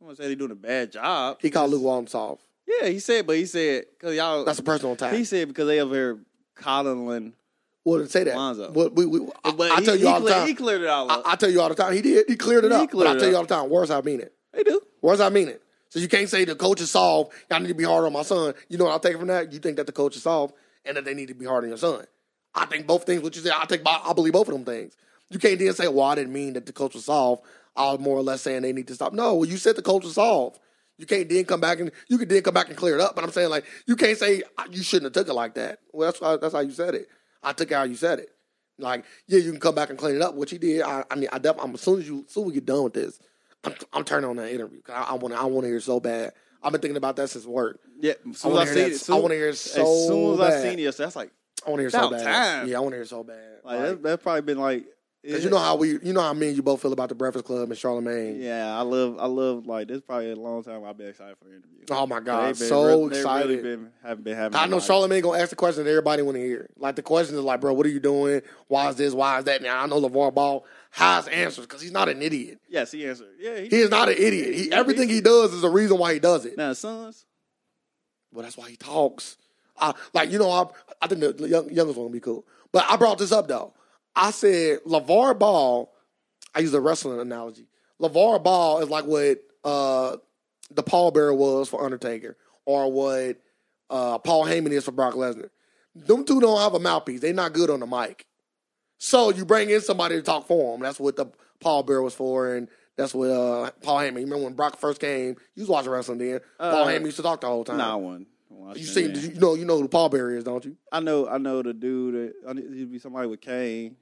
I'm gonna say they're doing a bad job.
he called Luke Walton soft.
Yeah, he said, but he said because y'all.
That's a personal attack.
he said because they over here coddling.
Well, to say that,
Lonzo.
What we, we, I,
But
I
he,
tell you
he
all the
clear-
time.
He cleared it all
I,
up.
I tell you all the time. He did. He cleared it
He
up.
cleared
but I
it
tell you
up.
all the time. Worse, I mean it.
they do.
Worse, I mean it. So you can't say the coach is soft. Y'all need to be hard on my son. You know what I'll take from that? You think that the coach is soft and that they need to be hard on your son. I think both things. What you said, I think bo- I believe both of them things. You can't then say, "Well, I didn't mean that the coach was soft." I was more or less saying they need to stop. No, well, you said the coach was soft. You can't then come back and you can then come back and clear it up. But I'm saying like you can't say "I- you shouldn't have took it like that. Well, that's why, that's how you said it. I took it how you said it. Like yeah, you can come back and clean it up. What you did, I, I mean, I def- I'm as soon as you as soon as we get done with this, I'm, I'm turning on that interview. 'Cause I want I want to hear it so bad. I've been thinking about that since work.
Yeah, as soon as I
wanna
seen
hear that-
it,
I
soon-
wanna hear it so
as soon as I
bad.
seen it, yesterday, that's like,
I want to hear it so
About
bad.
time.
Yeah, I want to hear it so bad.
like,
Like,
that, that's probably been like.
Cause you know how we, you know how me and you both feel about the Breakfast Club and Charlemagne.
Yeah, I love, I love like this. is Probably a long time I've been excited for the interview.
Oh my
They've
God,
been
so
re- they
excited!
Really been, have been having.
I know
like-
Charlamagne gonna ask the question that everybody want to hear. Like the question is like, bro, what are you doing? Why is this? Why is that? Now I know Levar Ball has answers because he's not an idiot.
Yes, he answered. Yeah, he,
He is not an idiot. He, everything he does is a reason why he does it.
Now, sons,
Well, that's why he talks. I, like you know, I I think the young, youngest one will be cool. But I brought this up though. I said Levar Ball. I use a wrestling analogy. Levar Ball is like what uh, the pallbearer was for Undertaker, or what uh, Paul Heyman is for Brock Lesnar. Them two don't have a mouthpiece. They're not good on the mic. So you bring in somebody to talk for him. That's what the Paul Bear was for, and that's what uh, Paul Heyman. You remember when Brock first came? You was watching wrestling then. Paul
Uh,
Heyman used to talk the whole time.
nah, one. Well, I
You
shouldn't
seen?
have.
You know, you know who Paul Bear is, don't you?
I know, I know the dude. That, I knew- he'd be somebody with Kane.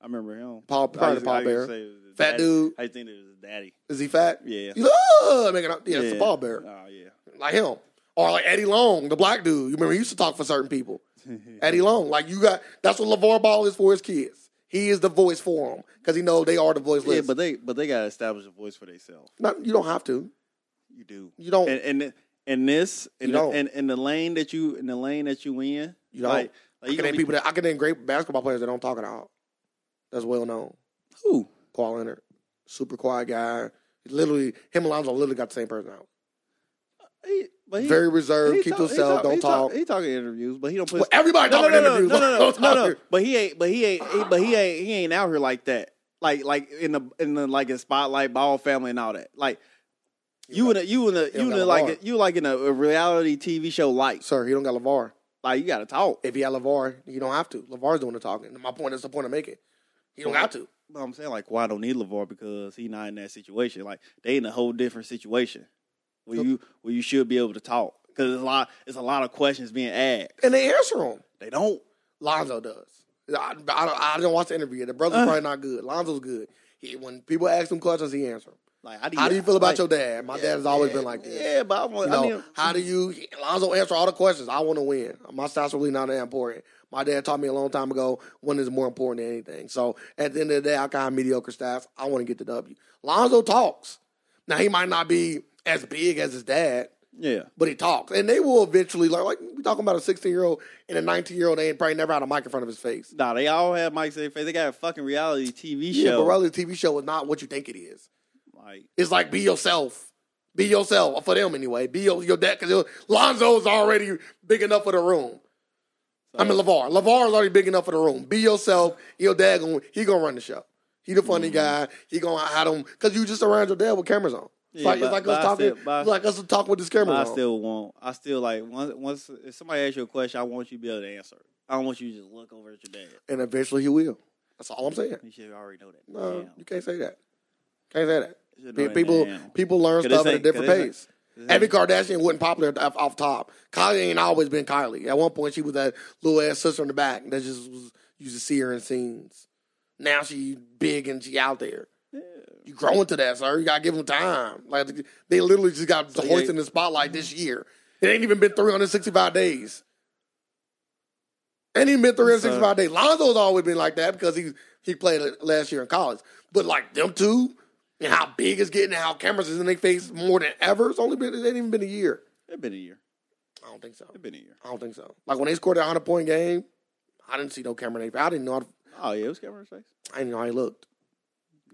I remember him.
Paul,
I
prior to
used- I
Paul
used to
Bear.
say it was his
Fat
daddy.
dude.
I used to think it was his daddy.
Is he fat?
Yeah.
He's ah, making up. Yeah, it's a Paul Bear.
Oh yeah.
like him. Or like Eddie Long, the black dude. You remember he used to talk for certain people. Eddie Long, like you got that's what LeVar Ball is for his kids. He is the voice for them because he knows they are the voiceless.
Yeah, but they but they gotta establish a voice for themselves.
Not, you don't have to.
You do.
You don't.
And uh, and and this and
You
the,
don't.
and, and the lane that you in the lane that you in.
You don't.
Like, like
I
you
can
gonna
name
be-
people that I can name great basketball players that don't talk at all. That's well known.
Who?
Kawhi Leonard, super quiet guy. Literally, him and Lonzo literally got the same personality.
He, but he,
Very
he
reserved, keep
talk- he
to himself,
talk-
don't
he
talk.
He talking interviews, but he don't put.
Well, everybody
no, no,
talking
no,
in
no,
interviews.
no, no,
Don't
no, no,
talk
no.
here.
But he ain't. But he ain't. He, but he ain't. He ain't out here like that. Like like in the in the like in spotlight, ball family, and all that. Like you in a you in a
don't
you in
got
a,
a bar.
like a, you like in a, a reality TV show. Like
Sir, he don't got LeVar.
like you got to talk.
If he had LeVar, you don't have to. LeVar's doing the talking. My point is the point I'm making. He don't have to.
But I'm saying like why I don't need Levar because he not in that situation. Like they in a whole different situation where you where you should be able to talk because it's a lot it's a lot of questions being asked.
And they answer him.
They don't.
Lonzo does. I, I, don't, I didn't watch the interview. The
Uh.
brother's probably not good. Lonzo's good. He, when people ask him questions, he answers.
Like how do you,
How do you feel about
like-
your dad? My dad has always been like this.
Yeah, but I want.
You
I
know,
mean,
how do you? he- Lonzo answer all the questions. I want to win. My stats are really not that important. My dad taught me a long time ago winning is more important than anything. So at the end of the day, I kind of mediocre stats. I want to get the W. Lonzo talks. Now he might not be as big as his dad,
yeah.
but he talks, and they will eventually like like we talking about a sixteen year old and a nineteen year old. They ain't probably never had a mic in front of his face.
Nah, they all have mics in their face. They got a fucking reality TV
Yeah,
show.
but really, the TV show is not what you think it is.
like,
It's like be yourself. Be yourself for them anyway. Be your, your dad because Lonzo's already big enough for the room. I mean Lavar. Lavar's already big enough for the room. Be yourself. Your dad gonna he gonna run the show. He the
Mm-hmm.
funny guy. He gonna hide him because you just around your dad with cameras on. It's
Yeah,
like,
but-
it's like
but
us
I
talking.
still- but I-
it's like us talking with this
but
camera
I
on.
still want. I still like once. Once if somebody asks you a question, I want you to be able to answer. it. I don't want you to just look over at your dad.
and eventually he will. That's all I'm saying.
You should already know that.
No,
Damn.
you can't say that. Can't say that.
You should
Pe-
know that
people
now.
people learn
'Cause this
stuff at a
ain't-
different
'cause this ain't-
pace. Every Kardashian wasn't popular off, off top. Kylie ain't always been Kylie. At one point, she was that little ass sister in the back that just was you just see her in scenes. Now she big and she out there. You growing to that, sir. You gotta give them time. Like they literally just got the hoist
yeah.
in the spotlight this year. It ain't even been 365 days. Ain't even been 365 days. Lonzo's always been like that because he he played it last year in college. But like them two, and how big it's getting, and how cameras is in their face more than ever. It's only been it ain't even been a year.
It's been a year.
I don't think so.
It's been a year.
I don't think so. Like when they scored a hundred point game, I didn't see no camera in their face. I didn't know. How,
Oh yeah, it was Cameron face.
I didn't know how he looked.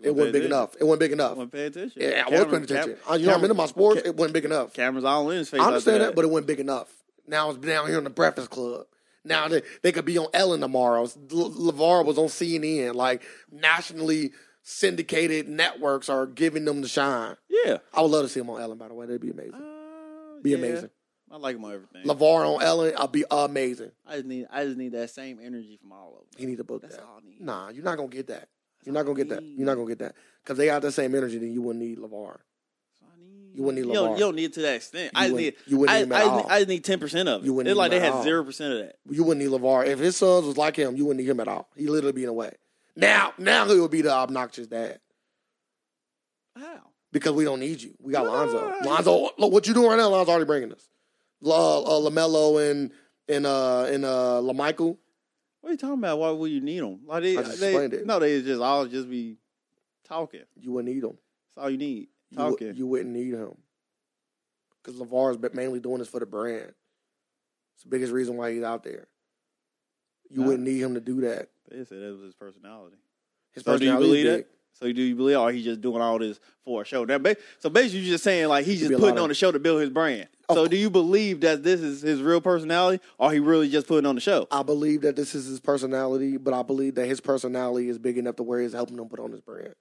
It
Well,
wasn't
they
big
did.
enough. It wasn't big
I
enough.
wasn't paying attention.
Yeah, I was
Cameron-
paying attention.
Cam-
I, you know, I'm
Cameron-
into my sports.
Cam-
it wasn't big enough.
Cameras all in his face.
I
out
understand
there.
that, but it wasn't big enough. Now it's down here in the Breakfast Club. Now they, they could be on Ellen tomorrow. L- LeVar was on CNN. Like nationally syndicated networks are giving them the shine.
yeah,
I would love to see him on Ellen. By the way, that'd be amazing.
Uh,
Be
yeah.
amazing.
I like him on everything.
LeVar on Ellen, I'll be amazing.
I just need. I just need that same energy from all of them.
He need to book
That's
that.
all I need.
Nah, you're not gonna get that. You're not gonna get that.
need.
You're not gonna get that because they got the same energy. Then you wouldn't need LeVar.
That's all I need.
You wouldn't need
You don't,
LeVar.
you don't need it to that extent. I
You
just
wouldn't-
need.
you wouldn't
I,
need him
I
at
just need-
all.
I just need ten percent of it.
You wouldn't
it's
need
like
him
they
at all.
had zero percent of that.
You wouldn't need LeVar. If his sons was like him, you wouldn't need him at all. He literally be in a way. Now, now he would be the obnoxious dad
How?
because we don't need you. We got Lonzo.
Right.
Lonzo, look what you doing right now. Lonzo already bringing us. La, uh, Lamelo and and uh and uh Lamichael.
What are you talking about? Why would you need them? Like they,
I just
they-
explained it.
No, they just all just be talking.
You wouldn't need him.
That's all you need.
You, wou-
Talking.
you wouldn't need him because Lavar is mainly doing this for the brand. It's the biggest reason why he's out there. You
Nah.
wouldn't need him to do that.
they said that was his personality.
His
So do you
personality is
believe that?
big.
So do you believe, or he just doing all this for a show? That ba- so basically, you just saying like he's
Could
just
be a
putting
lot of-
on a show to build his brand.
Of
So
course.
do you believe that this is his real personality, or he really just putting on the show?
I believe that this is his personality, but I believe that his personality is big enough to where he's helping him put on his brand.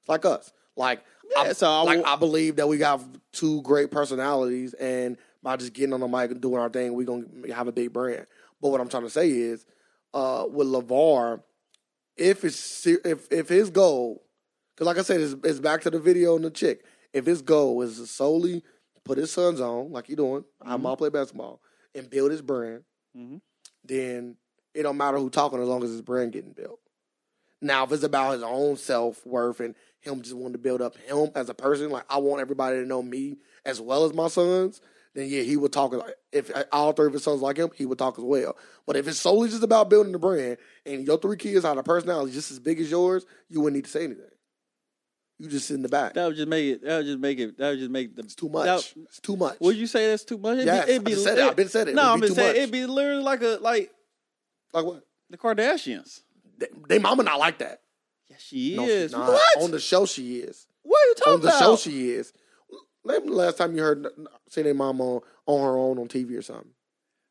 It's like us. Like, I,
Yeah, so I
like
will-
I believe that we got two great personalities, and by just getting on the mic and doing our thing, we're going to have a big brand. But what I'm trying to say is, uh, with LeVar, if it's ser- if if his goal, because like I said, it's, it's back to the video and the chick. If his goal is to solely put his sons on, like he doing, I'm all play basketball and build his brand,
Mhm.
then it don't matter who talking as long as his brand getting built. Now, if it's about his own self worth and him just wanting to build up him as a person, like I want everybody to know me as well as my sons, then yeah, he would talk. If all three of his sons like him, he would talk as well. But if it's solely just about building the brand and your three kids have a personality just as big as yours, you wouldn't need to say anything. You just sit in the back.
That would just make it. That would just make it. That would just make the.
It's too much.
That,
it's too much.
would you say that's too much? It'd
yes,
be, it'd be,
I just said it. I've been said it.
no,
It
I'm
would be
just
too
saying
much.
it'd be literally like a like
like what?
the Kardashians.
They, they mama not like that.
Yeah, she
No,
is.
she's not.
What?
On the show, she is.
what are you talking
on the
about?
show she is. When the last time you heard see their mom on, on her own on TV or something?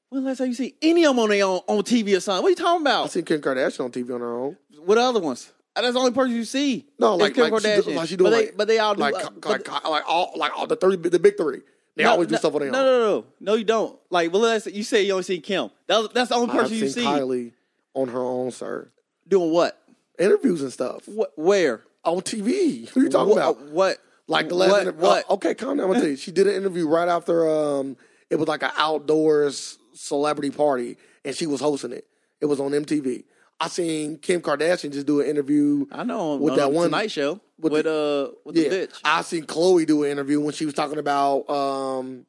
when the last time you see any of them on their own on TV or something? What are you talking
I
about?
seen Kim Kardashian on TV on her own.
What other ones? Uh, That's the only person you see.
No,
It's
like-
Kim
like she do-
Kardashian.
like she do
but they
like-
but they all do
Like
uh,
co-
but
like, co- like all like all the three the big three. They
No,
always do
no,
stuff on their
No,
own.
no, no, no. You don't. Like, well, that's, you say you only see Kim. That, that's the only
I've
person you
seen
see
Kylie on her own, sir.
doing what?
Interviews and stuff
What? Where?
on TV. What are you talking
Wh-
about?
What?
Like the last
What?
interview.
what?
oh, okay, calm down. I'm gonna tell you. She did an interview right after um it was like an outdoors celebrity party and she was hosting it. It was on MTV. I seen Kim Kardashian just do an interview
I know
oh. with
on
that
the
one-
Tonight Show
with
with, uh with
Yeah,
the bitch.
I seen Chloe do an interview when she was talking about um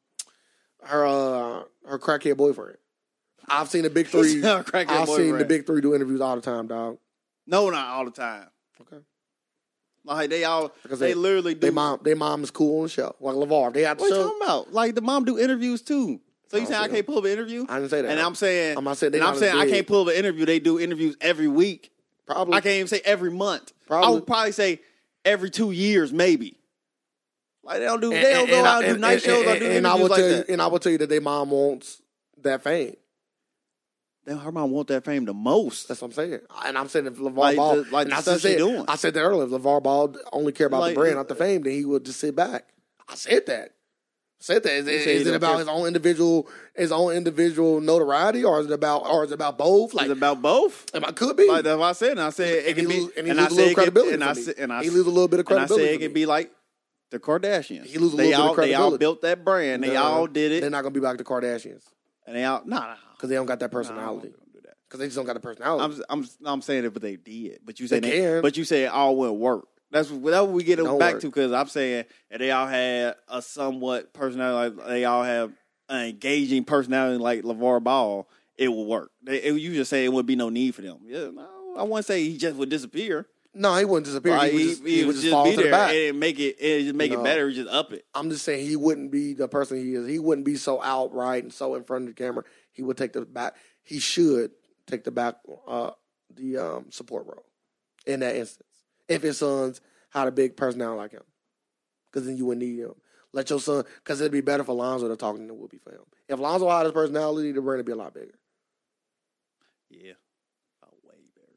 her uh, her crackhead boyfriend. I've seen the big three.
Her crackhead
I've seen the
boyfriend.
big three do interviews all the time, dog.
No, not all the time.
Okay.
Like they all,
I said,
they literally do.
They mom, they mom is cool on the show. Like Levar, they had the
What are you
show.
talking about? Like the mom do interviews too. So you
I don't
saying I
see
can't pull up an interview?
Oh, I didn't say that.
And I'm saying,
I'm not saying they
and I'm
not as
saying I
big.
can't pull up an interview. They do interviews every week.
probably.
I can't even say every month. I
Probably.
would probably say every two years, maybe. Like they don't do,
And-
they don't
and-
go
and I-
out and do
and-
night
and-
shows or
and-
do
and
interviews
I will
like
tell you,
that.
and I will tell you that they mom wants that fame.
Damn, her mom want that fame the most.
That's what I'm saying. And I'm saying if LeVar
Like
Ball,
the- like
and
the
I
stuff
just
she
said,
doing.
I said that earlier. If LeVar Ball only care about
Like, uh,
the brand, not the fame, then he would just sit back. I said that. Said that. Is,
You
is,
say he
it
don't
about
care.
his own individual, his own individual notoriety, or is it about, or is it about both? Like,
it's about both.
am I could be.
Like that's what I said. And I said it
and he
can be,
lose, and he
I
lose a
said
little
it can-
credibility.
And
for
I
me.
said, and I
he lose a little bit of
and I
credibility.
said it
for
can
me.
be like the Kardashians.
He lose a
they all
little bit of
they all
credibility.
built that brand. They
Nah,
all did it,
They're not gonna be like the Kardashians
and they all nah. nah,
because they don't got that
nah, nah, I don't
personality.
think I'm gonna do that.
Because they just don't got the personality.
I'm I'm I'm saying it, but they did. But you said
They
they-
can.
but you said it all wouldn't work. That's what- that's what we get
don't
back
work.
to because I'm saying that they all had a somewhat personality. Like they all have an engaging personality like LeVar Ball. It will work. They, it- you just say it would be no need for them. Yeah, no, I wouldn't say he just would disappear.
no, he wouldn't disappear.
Like,
he would
he,
just,
he
he
would just,
fall
be
to
there.
the back.
It didn't make it. It didn't make
No.
it better. It just up it.
I'm just saying he wouldn't be the person he is. He wouldn't be so outright and so in front of the camera. He would take the back. He should take the back, uh, the um, support role in that instance. If his sons had a big personality like him, because then you wouldn't need him. Let your son, because it'd be better for Lonzo to talk than it would be for him. If Lonzo had his personality, the brand would be a lot bigger.
Yeah, oh, way better,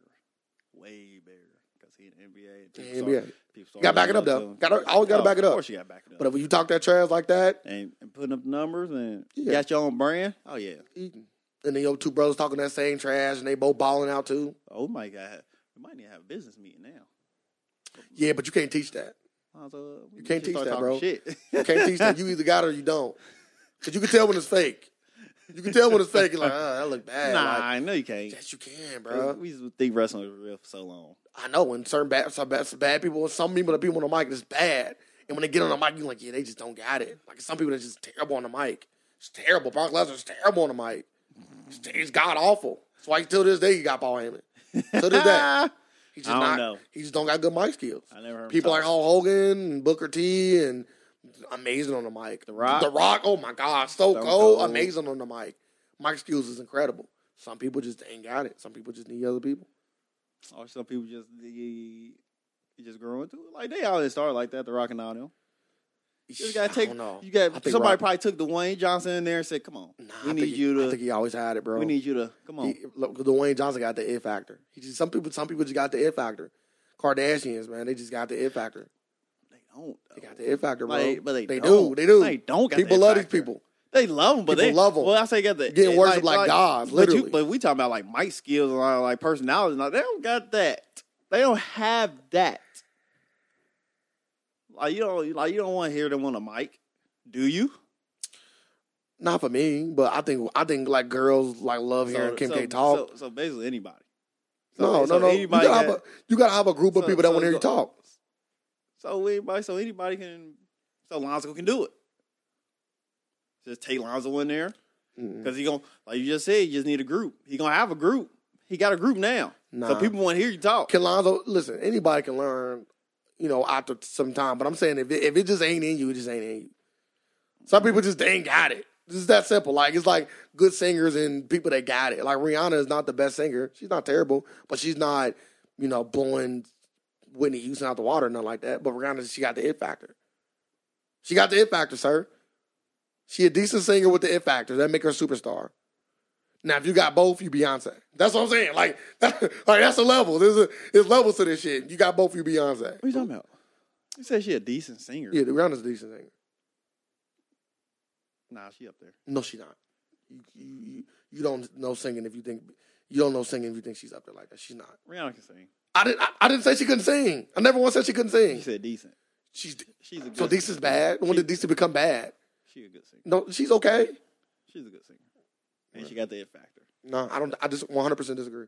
way better. Because he in the NBA.
In
People
the
start-
NBA.
people start
Gotta back it up,
looking
though.
him.
Gotta- always gotta
Oh,
back it
Of
up.
course, you gotta back it up.
But if you talk that trash like that,
and, and putting up numbers and
Yeah.
got your own brand. Oh yeah.
eating. and then your two brothers talking that same trash, and they both balling out too.
Oh my god. We might need to have a business meeting now.
Yeah, but you can't teach that.
Also, we
You can't
should
teach
start
that,
talking
bro.
Shit.
You can't teach that. You either got it or you don't. Cause you can tell when it's fake. You can tell when it's fake. You're like, oh, that look bad.
nah,
Like,
I know you can't.
yes, you can, bro.
we used to think wrestling was real for so long.
I know when certain bad, some bad, some bad people, some people, the people on the mic is bad, and when they get on the mic, you're like, yeah, they just don't got it. Like some people are just terrible on the mic. It's terrible. Brock Lesnar's terrible on the mic. It's, it's god awful. That's why till this day he got Paul Heyman. Till this day, he just
I don't
not.
know.
He just don't got good mic skills.
I never heard him
people
talk.
like Hulk Hogan and Booker T and amazing on the mic. The
Rock.
The Rock. Oh my God, so
Stone
cold,
Cold.
amazing on the mic. Mike skills is incredible. Some people just ain't got it. Some people just need other people.
Or Oh, some people just they, they just grow into it. Like they always start like that, the rock and all them. You just gotta
I
take
don't know.
you
I
got
think
somebody
Rock-
probably took the Wayne Johnson in there and said, Come on.
Nah,
we
I
need
think he-
you
I
to
think he always had it, bro.
we need you to come on.
He, look, Dwayne Johnson got the it factor. He just, some people, some people just got the it factor. Kardashians, man, they just got the it factor.
they don't though.
They got the it factor, bro.
Like, but they,
do,
don't.
they do.
They don't got
people
that
love these
factor.
people.
They love them, but
People
they
love 'em.
Well, I say got the
Getting
it-
worshipped like gods,
But,
literally.
you, but we talking about like mic skills and all, like personality. Like they don't got that. They don't have that. Like you don't like you don't want to hear them on a mic, do you?
Not for me, but I think I think like girls like love hearing Kim K talk.
So, so basically anybody.
no,
so
no, no. You
anybody
gotta, have
got-
a, you gotta have a group of
So-
people that
so
want to hear you
go-
talk.
So anybody, so anybody can, so Lonzo can do it. Just take Lonzo in there
Mm.
because he gonna, like you just said, you just need a group. He gonna have a group. He got a group now, so
Nah.
people want to hear you talk.
Can Lonzo listen? Anybody can learn, you know, after some time. But I'm saying if it, if it just ain't in you, it just ain't in you. Some people just ain't got it. It's just that simple. Like it's like good singers and people that got it. Like Rihanna is not the best singer. She's not terrible, but she's not, you know, blowing Whitney Houston out the water or nothing like that. But Rihanna, she got the it factor. She got the it factor, sir. She a decent singer with the it factor. That make her a superstar. Now, if you got both, you Beyonce. That's what I'm saying. Like, that, like that's a level. There's a there's levels to this shit. You got both, you Beyonce.
What are you talking about? You said she a decent singer.
Yeah, Rihanna's a decent singer.
Nah, she up there.
No, she not. You, you you- you don't know singing if you think you don't know singing if you think she's up there like that. She's not.
Rihanna can sing.
I didn't I, I didn't say she couldn't sing. I never once said she couldn't
You
sing.
said decent.
She's
She's a good
so decent's bad. When did decent become bad?
She a good singer.
No, she's okay.
She's a good singer, and she got the it factor.
No, I don't. I just 100 percent disagree.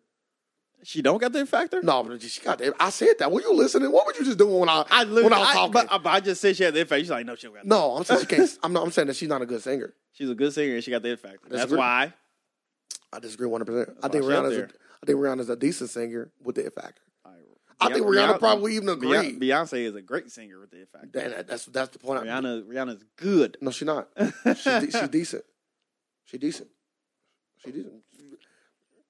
She don't got the it factor.
No, but she got that. I said that. Were you listening? What were you just doing when I,
I
when
literally,
I was
I,
talking?
but, uh, I, but I just said she had the it factor. She's like, no, she don't got. No.
no, I'm saying she can't. I'm not. I'm saying that she's not a good singer.
She's a good singer, and she got the it factor. That's
Disagree.
why.
I disagree one hundred percent. I think
why she out
Rihanna's a,
there.
I think Rihanna's a decent singer with the it factor.
I,
I think Rihanna probably even
Beyonce,
agreed.
Beyonce is a great singer with the it factor.
Damn, that- that's that's the point. I-
Rihanna, Rihanna's good.
No, she's not. She's de- she's decent. She decent. She decent.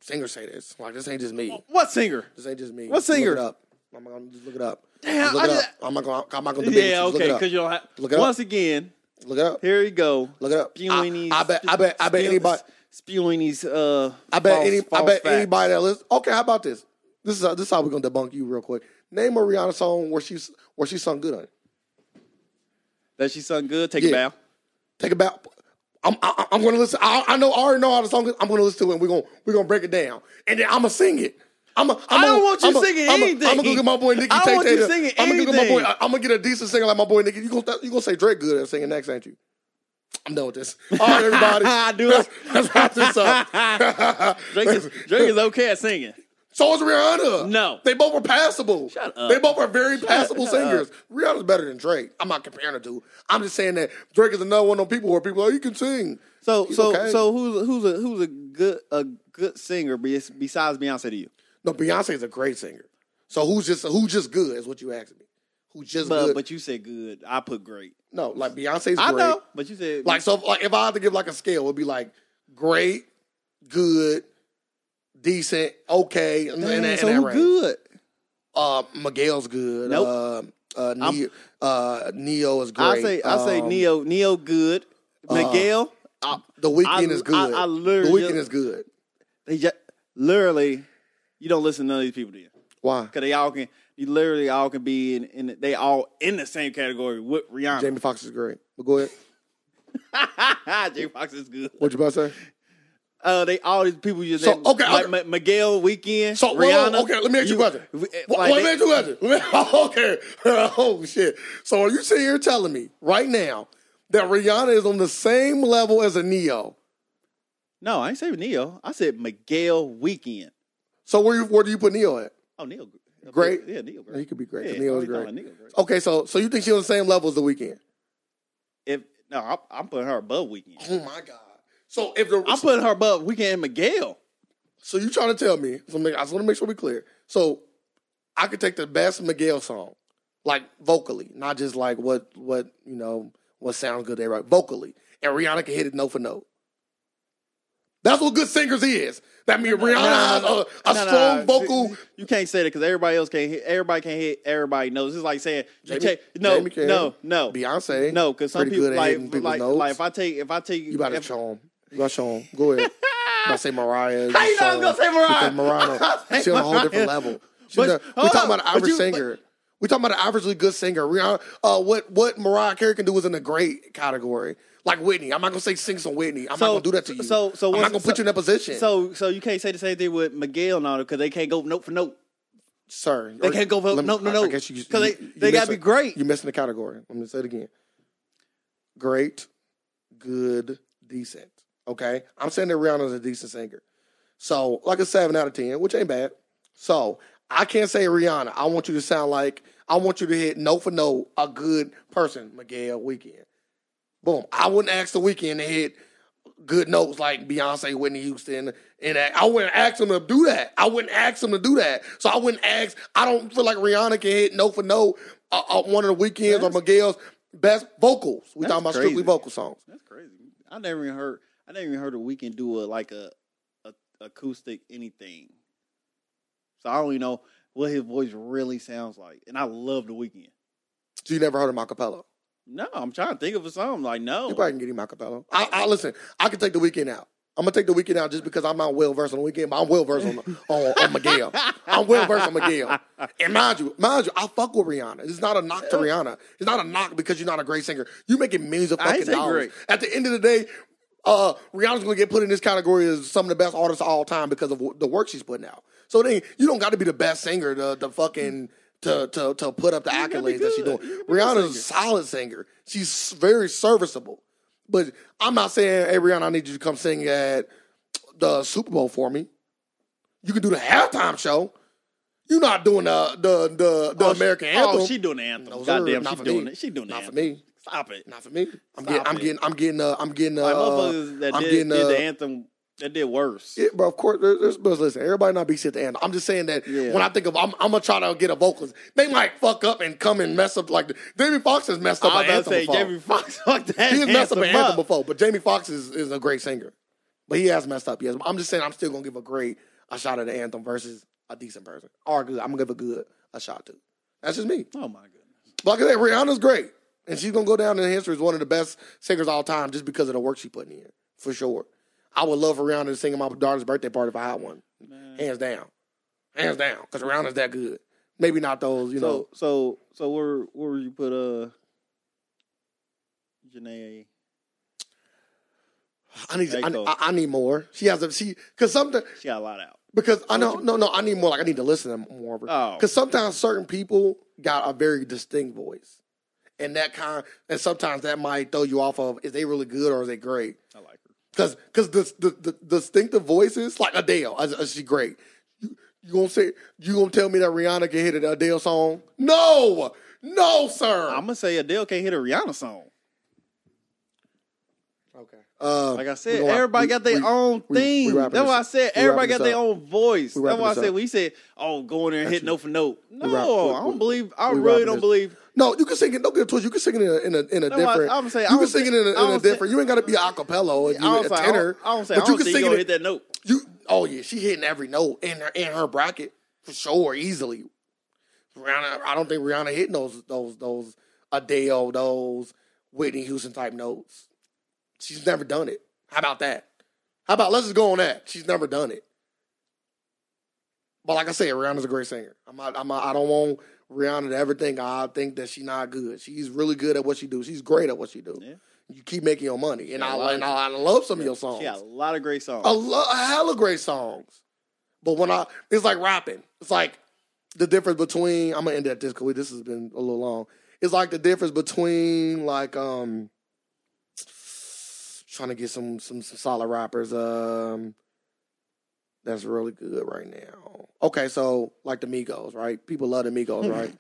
Singers say this. Like this ain't just me.
What singer?
This ain't just me.
What
Just look
singer?
it up. I'm gonna just look it up.
Damn,
look it
I
up.
just-
I'm not gonna. I'm not gonna debate
Yeah,
with you.
okay,
Look
because
it
you don't have.
Look it up.
Once again,
up. Look it up.
here you go.
Look it up.
Spewing these.
I, I bet. I bet. I bet
spew-
anybody.
Spewing these. Uh,
I bet
false-
any. I
false
bet
facts.
anybody that listens. Okay, how about this? This is how, this is how we're gonna debunk you real quick. Name a Rihanna song where she's where she sung good on it.
that she sung good. Take
Yeah.
a bow.
Take a bow. I'm I, I'm gonna listen. I, I know I already know how the song is. I'm gonna listen to it. and We're gonna we're gonna break it down, and then I'm gonna sing it. I'm a, I'm
I don't
a,
want you
I'm a,
singing
I'm a,
anything.
I'm gonna go get my boy Nicki
I don't
Tate
want you
Tate.
singing
I'm gonna get my boy.
anything.
I, am gonna get a decent singer like my boy Nicki. You gonna you gonna say Drake good at singing next, ain't you? I'm done with this. All right, everybody.
Ah, I do
Let's,
it.
let's wrap this up.
Drake is, Drake is okay at singing.
So is Rihanna.
No.
They both were passable.
Shut up.
They both are very passable
shut
singers. Rihanna's better than Drake. I'm not comparing the two. I'm just saying that Drake is another one of them people where people are, you can sing.
So
He's
so
okay.
so who's who's a who's a good a good singer be- besides Beyonce to you?
No, Beyonce is a great singer. So who's just who's just good is what you asking me. Who just
But
good?
but you said good. I put great.
no, like Beyonce's
I
great.
know. But you said
Like so, if- like if I had to give like a scale, it'd be like great, good, decent, okay, and,
Dang,
and, and
so
that
who
range.
good?
Uh, Miguel's good.
Nope.
Uh, uh, Neo, uh, Neo is great.
I say I say
Um, uh,
Neo Neo good. Miguel
I- the weekend
I-
is good.
I- I literally
the weekend
just-
is good.
they just literally you don't listen to none of these people do you?
Why?
Because they all can you literally all can be in, in they all in the same category with Rihanna.
Jamie Foxx is great. But go ahead.
Jamie Foxx is good.
What you about to say?
Uh, they all these people just
So, okay,
like
okay.
Ma- Miguel Weekend.
So wait, wait,
Rihanna.
wait, okay, let me ask you, a question.
we- eh,
Wha-
like
wait,
they-
let me ask you a question. okay. oh shit. So are you sitting here telling me right now that Rihanna is on the same level as a Neo?
No, I ain't saying Neo. I said Miguel Weekend.
So where you, where do you put Neo at?
Oh, Neo.
Great?
Yeah, Neo. Great.
He could be great. 'cause
Yeah,
Neo is
oh, no,
great.
Neo great.
Okay, so so you think she's on the same level as the weekend?
If no, I'm, I'm putting her above Weekend.
Oh my god. So if the
I'm putting her above Weekend and Miguel.
So you trying to tell me? So make- I just want to make sure we clear. So I could take the best Miguel song, like vocally, not just like what what you know what sounds good. They write vocally, and Rihanna can hit it note for note. That's what good singers is. That means Rihanna has a,
No,
a
no,
strong
no,
vocal.
You, you can't say that because everybody else can't hit. Everybody can't hit. Everybody knows. It's like saying you
Jamie-
take no,
Jamie can.
no, no,
Beyonce,
no. Because some
pretty
people
good at
like
hitting people's
like,
notes.
like if I take if I take
you about to
if,
show him. You about to show him. Go ahead. I'm about to say Mariah.
How you know I was gonna say Mariah?
Because Mariah, she's on a whole different
Mariah.
level. She's
But-
a, we
hold
talking
on,
about an
but
average
you-
singer. We talking about an averagely good singer. Rihanna, uh, what what Mariah Carey can do is in the great category. Like Whitney, I'm not gonna say sing some Whitney. I'm
So-
not gonna do that to you.
so- so
I'm
what's-
not gonna put
so-
you in that position,
so so you can't say the same thing with Miguel and all that because they can't go note for note.
sir.
They can't go vote.
Let me-
No, no,
I-
no.
I guess you-
'Cause they-
you- you
they gotta
missing-
be great.
You missing the category. Let me say it again. Great, good, decent. Okay, I'm saying that Rihanna's a decent singer. So, like a seven out of ten, which ain't bad. So I can't say Rihanna. I want you to sound like I want you to hit no for no a good person, Miguel Weekend. Boom. I wouldn't ask the weekend to hit good notes like Beyonce, Whitney Houston, and I I wouldn't ask them to do that. I wouldn't ask them to do that. So I wouldn't ask. I don't feel like Rihanna can hit no for no uh, uh, one of the weekends or Miguel's best vocals. We
That's
talking about strictly
crazy.
vocal songs.
That's crazy. I never even heard. I never even heard a weekend do a like a, a acoustic anything. So I don't even know what his voice really sounds like. And I love the weekend.
So you never heard of acapella.
No, I'm trying to think of a song. Like no,
You probably can get him acapella. I, I listen. I can take the weekend out. I'm gonna take the weekend out just because I'm not well versed on the weekend, but I'm well versed on, on, on Miguel. I'm well versed on Miguel. And mind you, mind you, I fuck with Rihanna. It's not a knock to Rihanna. It's not a knock because you're not a great singer. You're making millions of
I ain't
fucking
say
dollars.
great.
At the end of the day, uh, Rihanna's gonna get put in this category as some of the best artists of all time because of the work she's putting out. So then you don't got to be the best singer to, to fucking to, to to put up the
You gotta be
accolades that she's
good.
doing.
You gotta be a
Rihanna's a solid singer. She's very serviceable. But I'm not saying, hey, Rihanna, I need you to come sing at the Super Bowl for me. You can do the halftime show. You're not doing the the the, the
Oh, she-
American anthem.
Oh, she doing the anthem.
No, sir,
Goddamn,
not
she's
for
doing
me.
it. She doing the
not for
anthem.
me.
Stop it.
Not for me. I'm
Stop
getting, I'm
it.
getting, I'm getting, uh, I'm getting, uh,
like motherfuckers that
I'm
did,
getting,
did
uh,
the anthem that did worse.
Yeah, bro. Of course, there- there's, but listen, everybody not be shit at the end. I'm just saying that
Yeah.
when I think of, I'm, I'm gonna try to get a vocalist. They might fuck up and come and mess up. Like Jamie Foxx has messed up.
I was
an
about to
anthem
say
before.
Jamie Foxx fucked that
He has messed up an
anthem
anthem
up.
before, but Jamie Foxx is, is a great singer. But he has messed up. Yes, I'm just saying I'm still gonna give a great a shot at the anthem versus a decent person or good. I'm gonna give a good a shot too. That's just me.
Oh my goodness.
But like I said, Rihanna's great, and she's gonna go down in history as one of the best singers of all time just because of the work she put in for sure. I would love for Rihanna to sing at my daughter's birthday party if I had one, hands down, hands down, because Rihanna's that good. Maybe not those, you know.
So so so where where would you put uh Janae?
I need, I,
Echo.
I, I need more. She has a she because sometimes
She got a lot out.
Because I know, no, no, I need more. Like I need to listen to more of her.
Oh.
Because sometimes certain people got a very distinct voice, and that kind, and sometimes that might throw you off of is they really good or is they great?
I like her.
Because because the, the the distinctive voices like Adele, is, is she great? You, you gonna say you gonna tell me that Rihanna can hit an Adele song? No, no, sir.
I'm gonna say Adele can't hit a Rihanna song.
okay. Uh,
Like I said,
we gonna-
everybody
we-
got their
we-
own
we- we
thing.
wrapping
That's why I
this-
said
we
everybody
wrapping
got
this
their
up.
own voice.
We
That's
wrapping
why I
this
said
up.
we said, oh, go in there and hit
you.
note for note. No,
wrap- we-
I don't
we-
believe. I
we
really
wrapping
don't
this-
believe.
No, you can sing it. Don't get it twisted. You can sing it in a, in a, in a
No, I-
different.
I'm saying, I
you can
don't
sing it
think-
in a,
I
in a
don't say-
different. you ain't got to be a acapella or
I
you
don't
a
say. I
tenor.
don't, I don't say. I
but you
don't
can
think you
sing it.
gonna
in-
hit that note.
You oh yeah, she hitting every note in her in her bracket for sure, easily. Rihanna, I don't think Rihanna hitting those those those Adele those Whitney Houston type notes. She's never done it. How about that? How about let's just go on that. She's never done it. But like I said, Rihanna's a great singer. I'm not, I'm not, I don't want Rihanna to ever think "Ah, I think that she's not good. She's really good at what she do. She's great at what she do.
Yeah.
You keep making your money, and
Yeah,
I
a lot
and I, I love some of your songs
She got a lot of great songs.
a, lo- a hella great songs. But when I, it's like rapping. It's like the difference between. I'm gonna end at this because this has been a little long. It's like the difference between like um trying to get some some, some solid rappers um that's really good right now. Okay, so like the Migos, right? People love the
Hmm.
Migos, right?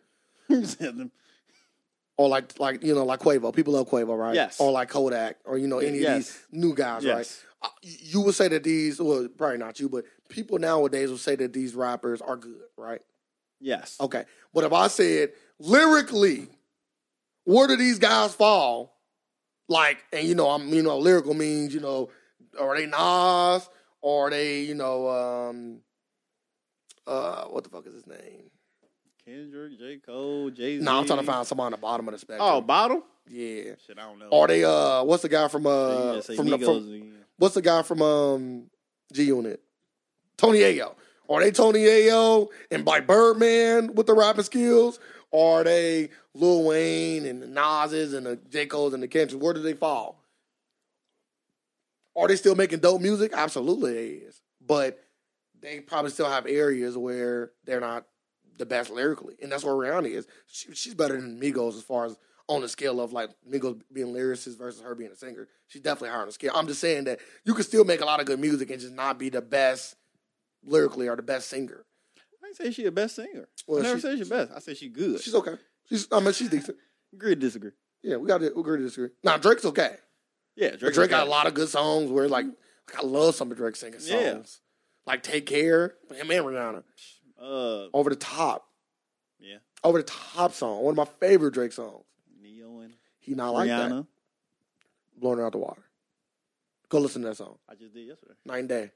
or like like you know like Quavo, people love Quavo, right?
Yes.
Or like Kodak, or you know any of
Yes.
these new guys, right?
yes.
I- you would say that these, well, probably not you, but people nowadays would say that these rappers are good, right?
Yes.
Okay. But if I said lyrically, where do these guys fall? Like, and you know, I'm you know, lyrical means you know, are they Nas or are they you know, um, uh, what the fuck is his name?
Kendrick, J. Cole, Jay Z.
No, nah, I'm trying to find someone on the bottom of the spectrum.
Oh, bottle?
yeah.
Shit, I don't know.
Are they uh? What's the guy from
So you
uh
just say
from the from,
Migos again.
what's the guy from um G Unit? Tony Ayo. Are they Tony Ayo and by Birdman with the rapping skills? Are they Lil Wayne and the Nas's and the J. Cole's and the Kendrick's? Where do they fall? Are they still making dope music? Absolutely they is. But they probably still have areas where they're not the best lyrically. And that's where Rihanna is. She, she's better than Migos as far as on the scale of like Migos being lyricist versus her being a singer. She's definitely higher on the scale. I'm just saying that you can still make a lot of good music and just not be the best lyrically or the best singer.
I didn't say she a best singer.
Well,
I never
she-
said she best. I said she good.
She's okay. She's I mean she's decent.
Agree to disagree.
Yeah, we got to agree to disagree. Now Drake's okay.
Yeah,
Drake,
Drake,
got a lot of good songs where like, like I love some of Drake's singing songs.
Yeah.
Like Take Care, him and Rihanna.
Uh,
Over the top.
Yeah.
Over the top song. One of my favorite Drake songs.
Neo and
He not like
Rihanna.
that. Blowing her out the water. Go listen to that song.
I just did yesterday.
Nine Day.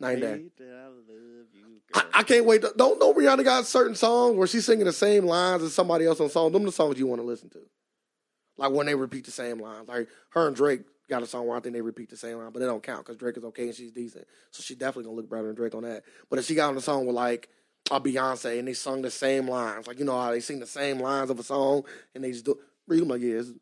Nine Day.
Hate that I love you,
I,
girl.
I can't wait. to- Don't know Rihanna got certain songs where she's singing the same lines as somebody else on song. Them the songs you want to listen to. Like when they repeat the same lines. Like her and Drake got a song where I think they repeat the same line, but they don't count because Drake is okay and she's decent. So she definitely gonna look better than Drake on that. But if she got on a song with like a Beyonce and they sung the same lines, like you know how they sing the same lines of a song and they just do. Bro, I'm like, yeah. it's-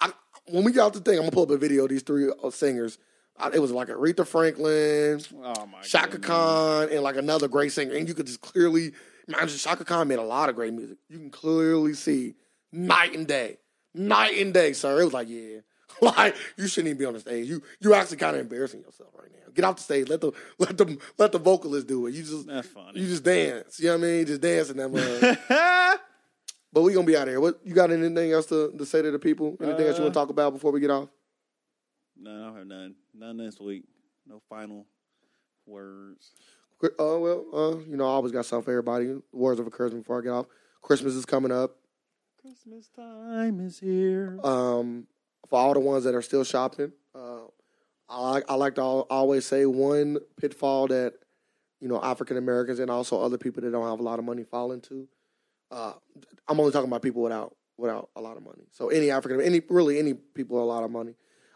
I, when we got the thing, I'm gonna pull up a video of these three uh, singers. I, it was like Aretha Franklin.
oh my
Shaka
goodness.
Khan and like another great singer, and you could just clearly, man, just Shaka Khan made a lot of great music. You can clearly see night and day, night and day, sir. It was like, yeah, like you shouldn't even be on the stage. You you actually kind of embarrassing yourself right now. Get off the stage. Let the let the let the vocalist do it. You just
That's
you
funny.
just dance. You know what I mean? Just dance in that mud. but we gonna be out of here. What you got? Anything else to, to say to the people? Anything else you
Uh,
want to talk about before we get off?
no, I don't have none. None this week. No final words.
Cri- Uh, well, uh, you know, I always got something for everybody. Words of encouragement before I get off. Christmas is coming up.
Christmas time is here.
Um, for all the ones that are still shopping, uh, I like I like to al- always say one pitfall that you know African Americans and also other people that don't have a lot of money fall into. Uh, I'm only talking about people without without a lot of money. So any African, any really any people with a lot of money.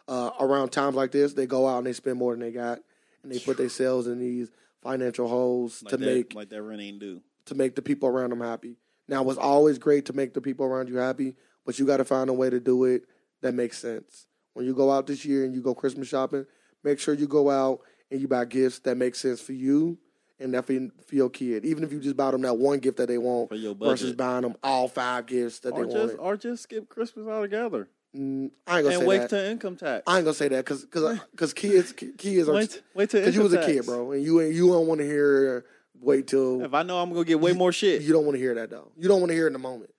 Uh, around times like this, they go out and they spend more than they got, and they put themselves in these financial holes
like
to
that,
make
like that rent ain't due.
to make the people around them happy. Now, it's always great to make the people around you happy, but you got to find a way to do it that makes sense. When you go out this year and you go Christmas shopping, make sure you go out and you buy gifts that make sense for you and that for, for your kid. Even if you just buy them that one gift that they want
For your
versus
budget.
buying them all five gifts that
Or
they
just
want.
or just skip Christmas altogether.
Mm, I ain't gonna
And
say
wait
that.
till income tax.
I ain't gonna say that because because kids ki- kids are
Wait, wait till
because you was a
income
kid,
tax.
bro, and you ain't you don't want to hear wait till
If I know I'm gonna get way more shit,
You don't want to hear that though. You don't want to hear it in the moment.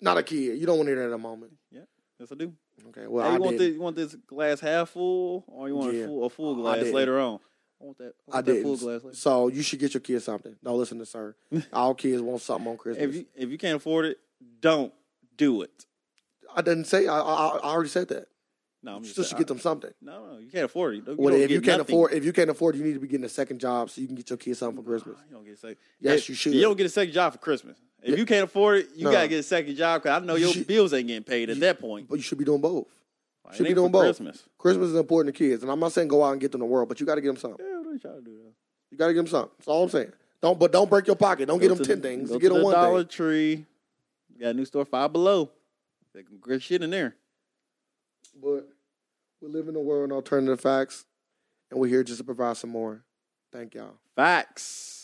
Not a kid. You don't want to hear that in the moment.
yes I do.
Okay. Well,
Hey,
I
you want
did.
this, you want this glass half full, or you want
Yeah.
a full a full
I
glass
didn't.
later on? I want that. I want
I
that
did.
full glass later.
So you should get your kids something. Don't listen to sir. All kids want something on Christmas.
If you if you can't afford it, don't do it.
I didn't say. I, I, I already said that.
No, I'm
You
just
still should get them something.
No, no, you can't afford it. You don't,
Well,
you don't
if you
get
can't
nothing.
afford, if you can't afford, you need to be getting a second job so you can get your kids something for Christmas.
Nah, you don't get a second.
Yes,
If-
you should.
You don't get a second job for Christmas. If you can't afford it, you
No.
gotta get a second job because I know
You
your
should-
bills ain't getting paid at
you-
that point.
But you should be doing both.
Like, it
should be
ain't
doing
for
both.
Christmas.
Christmas is important to kids, and I'm not saying go out and get them the world, but you got to get them something.
Yeah, what are you trying to do? though?
You got to get them something. That's all I'm saying. Don't, but don't break your pocket. Don't get
Go
them
to the-
ten things.
Go
Get
to
them
the
one
Dollar
thing.
Tree. Got a new store Five Below. They can good shit in there.
But we live in a world of alternative facts, and we're here just to provide some more. Thank y'all.
Facts.